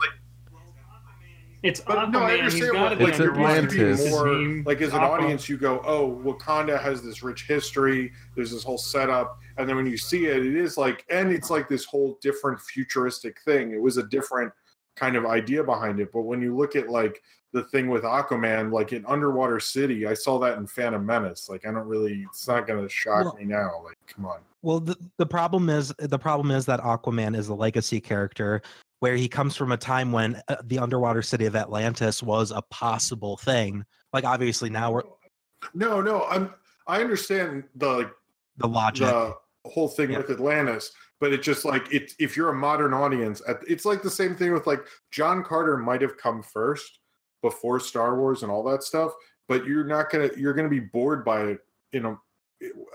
it's But no, I Aquaman. He's understand got what a like bigger there wants to voice. be more like as an Aquaman. audience, you go, oh, Wakanda has this rich history. There's this whole setup, and then when you see it, it is like, and it's like this whole different futuristic thing. It was a different kind of idea behind it. But when you look at like the thing with Aquaman, like an underwater city, I saw that in Phantom Menace. Like I don't really, it's not going to shock Well- me now. Like come on. Well, the, the problem is the problem is that Aquaman is a legacy character where he comes from a time when uh, the underwater city of Atlantis was a possible thing. Like obviously now we're No, no, I'm I understand the the logic, the whole thing with Atlantis, but it just like it. If you're a modern audience, at- it's like the same thing with like John Carter might have come first before Star Wars and all that stuff, but you're not gonna you're gonna be bored by it, you know,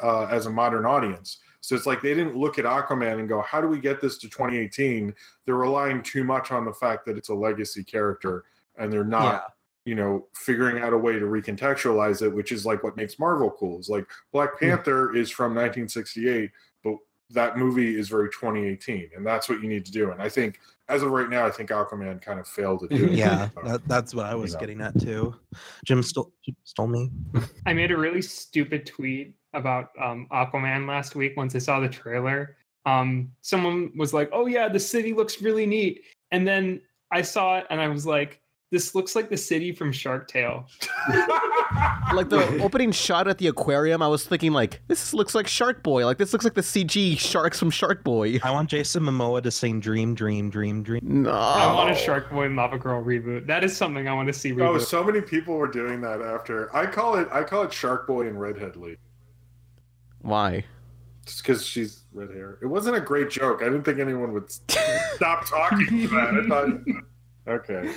uh, as a modern audience. So it's like they didn't look at Aquaman and go, "How do we get this to 2018?" They're relying too much on the fact that it's a legacy character, and they're not you know figuring out a way to recontextualize it which is like what makes marvel cool is like black panther is from 1968 but that movie is very 2018 and that's what you need to do and i think as of right now i think aquaman kind of failed at doing yeah, that. that, that's what I was know. getting at too. Jim stole Jim stole me. I made a really stupid tweet about um, Aquaman last week once I saw the trailer. Um, someone was like, "Oh yeah, the city looks really neat," and then I saw it and I was like, "This looks like the city from Shark Tale." like the opening shot at the aquarium, I was thinking like this looks like Shark Boy. Like this looks like the CG sharks from Shark Boy. I want Jason Momoa to sing "Dream, Dream, Dream, Dream." No, I Oh. want a Shark Boy and Lava Girl reboot. That is something I want to see oh reboot. so many people were doing that after i call it i call it shark boy and redhead league Why? just because she's red hair it wasn't a great joke i didn't think anyone would s- stop talking to that i thought okay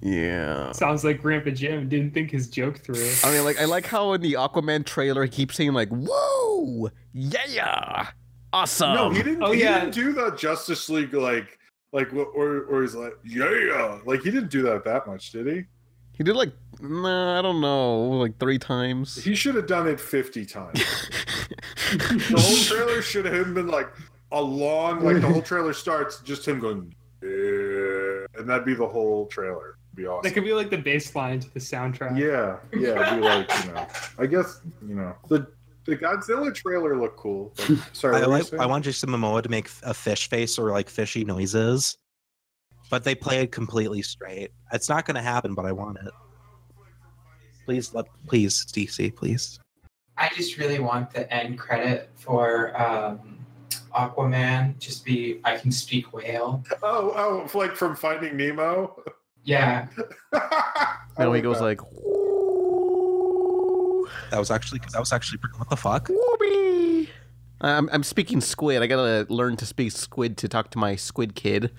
Yeah. Sounds like Grandpa Jim didn't think his joke through. I mean, like I like how in the Aquaman trailer he keeps saying like "Whoa, yeah, awesome." No, he didn't. Oh, he yeah. didn't do the Justice League like, like, wh- or or he's like, yeah, like he didn't do that that much, did he? He did like nah, I don't know, like three times. He should have done it fifty times. the whole trailer should have been like a long, like the whole trailer starts just him going, yeah, and that'd be the whole trailer. It'd be awesome. That could be like the baseline to the soundtrack. yeah, yeah. It'd be like, you know, I guess you know the the Godzilla trailer looked cool. Like, sorry, I, what were you like, saying? I want Jason Momoa to make a fish face or like fishy noises, but they play it completely straight. It's not going to happen, but I want it. Please, let, please, DC, please. I just really want the end credit for um, Aquaman. Just be I can speak whale. Oh, oh, like from Finding Nemo. Yeah. No, he goes like That was actually that was actually pretty- what the fuck. "Whoopee." I'm I'm speaking squid. I gotta learn to speak squid to talk to my squid kid.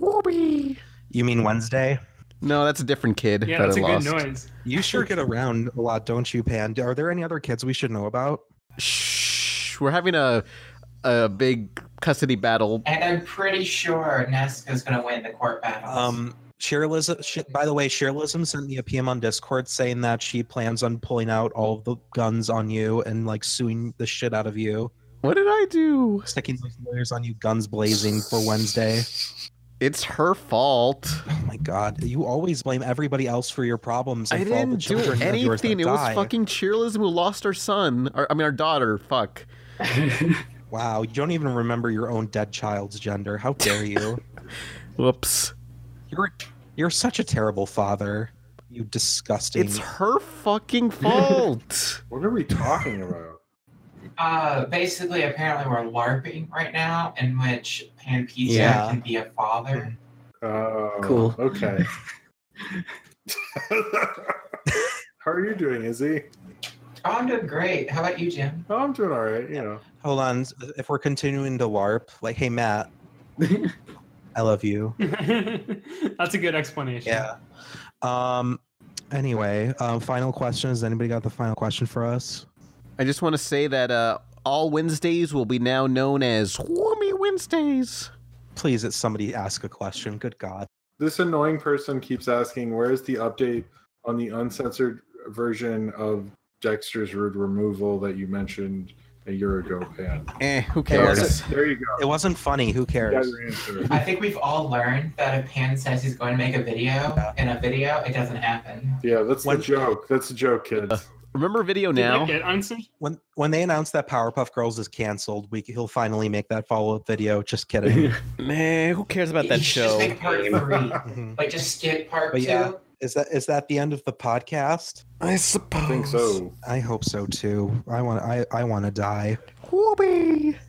Whoopee. You mean Wednesday? No, that's a different kid. Yeah, that that's I a good lost. noise. You sure get around a lot, don't you, Pan? Are there any other kids we should know about? Shh, we're having a a big custody battle. And I'm pretty sure Nesca's gonna win the court battle. Um, Cheerlism. Sh- by the way, Cheerlism sent me a PM on Discord saying that she plans on pulling out all the guns on you and like suing the shit out of you, What did I do? sticking those lawyers on you, guns blazing for Wednesday. It's her fault. Oh my god, you always blame everybody else for your problems. I And for all the didn't do children of yours that anything. It was die. fucking cheerleism who lost our son. Or, I mean, our daughter. Fuck. Wow, you don't even remember your own dead child's gender. How dare you? Whoops. You're you're such a terrible father. You disgusting. It's her fucking fault. what are we talking about? Uh, basically, apparently we're LARPing right now, in which Pan Pizza Yeah. can be a father. Oh, Cool. Okay. How are you doing, Izzy? Oh, I'm doing great. How about you, Jim? Oh, I'm doing all right. You know. Hold on. s- If we're continuing to LARP, like, hey, Matt, I love you. That's a good explanation. Yeah. Um. Anyway, um, final question. Has anybody got the final question for us? I just want to say that uh, all Wednesdays will be now known as Swarmy Wednesdays. Please, it's somebody ask a question. Good God. This annoying person keeps asking, "Where's the update on the uncensored version of Dexter's rude removal that you mentioned a year ago, Pan?" Eh, who There it is. There you go. It wasn't funny. Who You cares? got your answer. I think we've all learned that if Pan says he's going to make a video in a video, it doesn't happen. Yeah, that's the joke. That's a joke, kids. remember video When when they announced that Powerpuff Girls is canceled, we he'll finally make that follow up video. Just kidding. Man, who cares about You should just make part three. like, just skip part But two. yeah, Mm-hmm. is that is that the end of the podcast? I suppose. think so. I hope so too. I want I I want to die.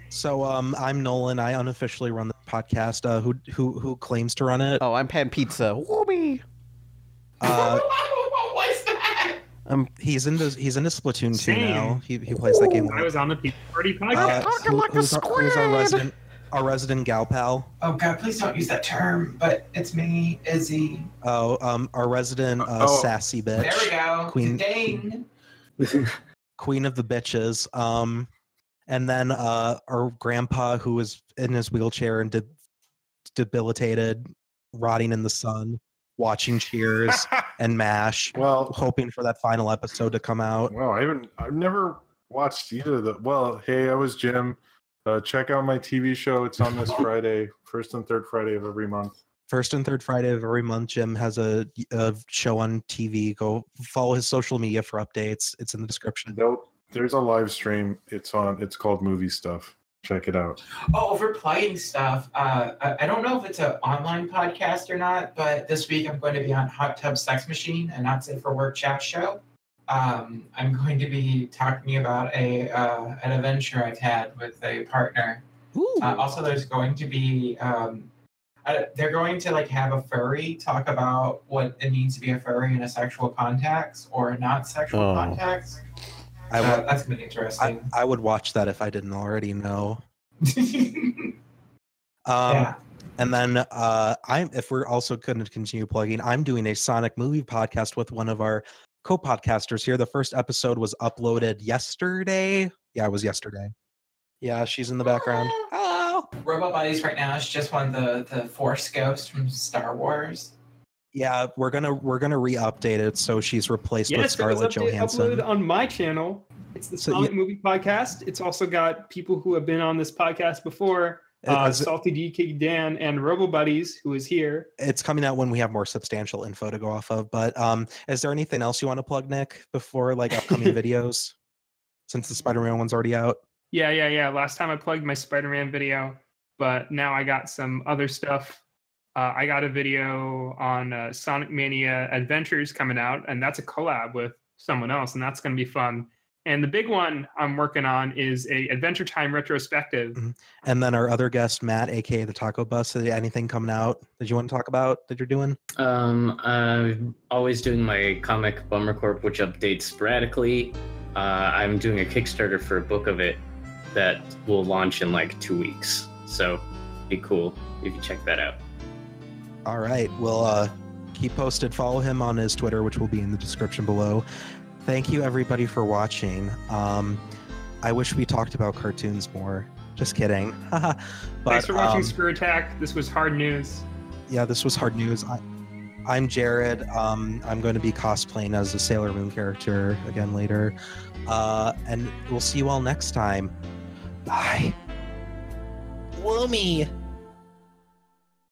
So um, I'm Nolan. I unofficially run the podcast. Uh, who who who claims to run it? Oh, I'm Pan Pizza. Whoopi. Uh, What's that? um, he's into he's into Splatoon two Same. now. He he plays that game. I was on the pizza party Uh, podcast. who- who's, our, who's our resident our resident gal pal? Oh God, please don't use that term. But it's me, Izzy. Oh, um, our resident uh, Oh. sassy bitch. There we go. Queen- Dang. queen of the bitches um and then uh our grandpa who was in his wheelchair and de- debilitated rotting in the sun watching cheers and mash well hoping for that final episode to come out Wow, I haven't. I've never watched either of the. Well, hey, I was Jim. Uh, check out my TV show. It's on this Friday, first and third Friday of every month. first and third friday of every month jim has a, a show on tv go follow his social media for updates it's in the description Nope, there's a live stream. It's on. It's called Movie Stuff. Check it out. Oh, if we're playing stuff. Uh, I, I don't know if it's an online podcast or not, but this week I'm going to be on Hot Tub Sex Machine, and not safe for work chat show. Um, I'm going to be talking about a uh, an adventure I've had with a partner. Uh, also, there's going to be um, uh, they're going to like have a furry talk about what it means to be a furry in a sexual context or not sexual Oh. context. I Uh, would- that's gonna be I, interesting. I would watch that if i didn't already know Um, Yeah. And then uh, I'm if we're also going to continue plugging, I'm doing a Sonic movie podcast with one of our co-podcasters here. The first episode was uploaded yesterday. Yeah, it was yesterday. Yeah, she's in the background. Ah. Robot Bodies right now is just one of the the Force ghosts from Star Wars. Yeah, we're gonna we're gonna re-update it so she's replaced with Yes, it was Scarlett update- Johansson. uploaded on my channel. It's the So, Sonic Movie Podcast. It's also got people who have been on this podcast before. It- Uh, is it- Salty DK Dan and Robo Buddies, who is here. It's coming out when we have more substantial info to go off of. But um, is there anything else you want to plug, Nick, before like upcoming videos? Since Mm. the Spider-Man one's already out. Yeah, yeah, yeah. Last time I plugged my Spider Man video, but now I got some other stuff. Uh, I got a video on uh, Sonic Mania Adventures coming out, and that's a collab with someone else, and that's going to be fun. And the big one I'm working on is a Adventure Time retrospective. Mm, And then our other guest, Matt, aka the Taco Bus. Is there Anything coming out that you want to talk about that you're doing? Um, I'm always doing my comic Bummer Corp, which updates sporadically. Uh, I'm doing a Kickstarter for a book of it that will launch in like two weeks. So be cool if you check that out. All right. Well, uh, keep posted. Follow him on his Twitter, which will be in the description below. Thank you, everybody, for watching. Um, I wish we talked about cartoons more. Just kidding. but, Thanks for watching um, Screw Attack. This was hard news. yeah, this was hard news. I, I'm Jared. Um, I'm going to be cosplaying as a Sailor Moon character again later. Uh, and we'll see you all next time. Bye. Woomy.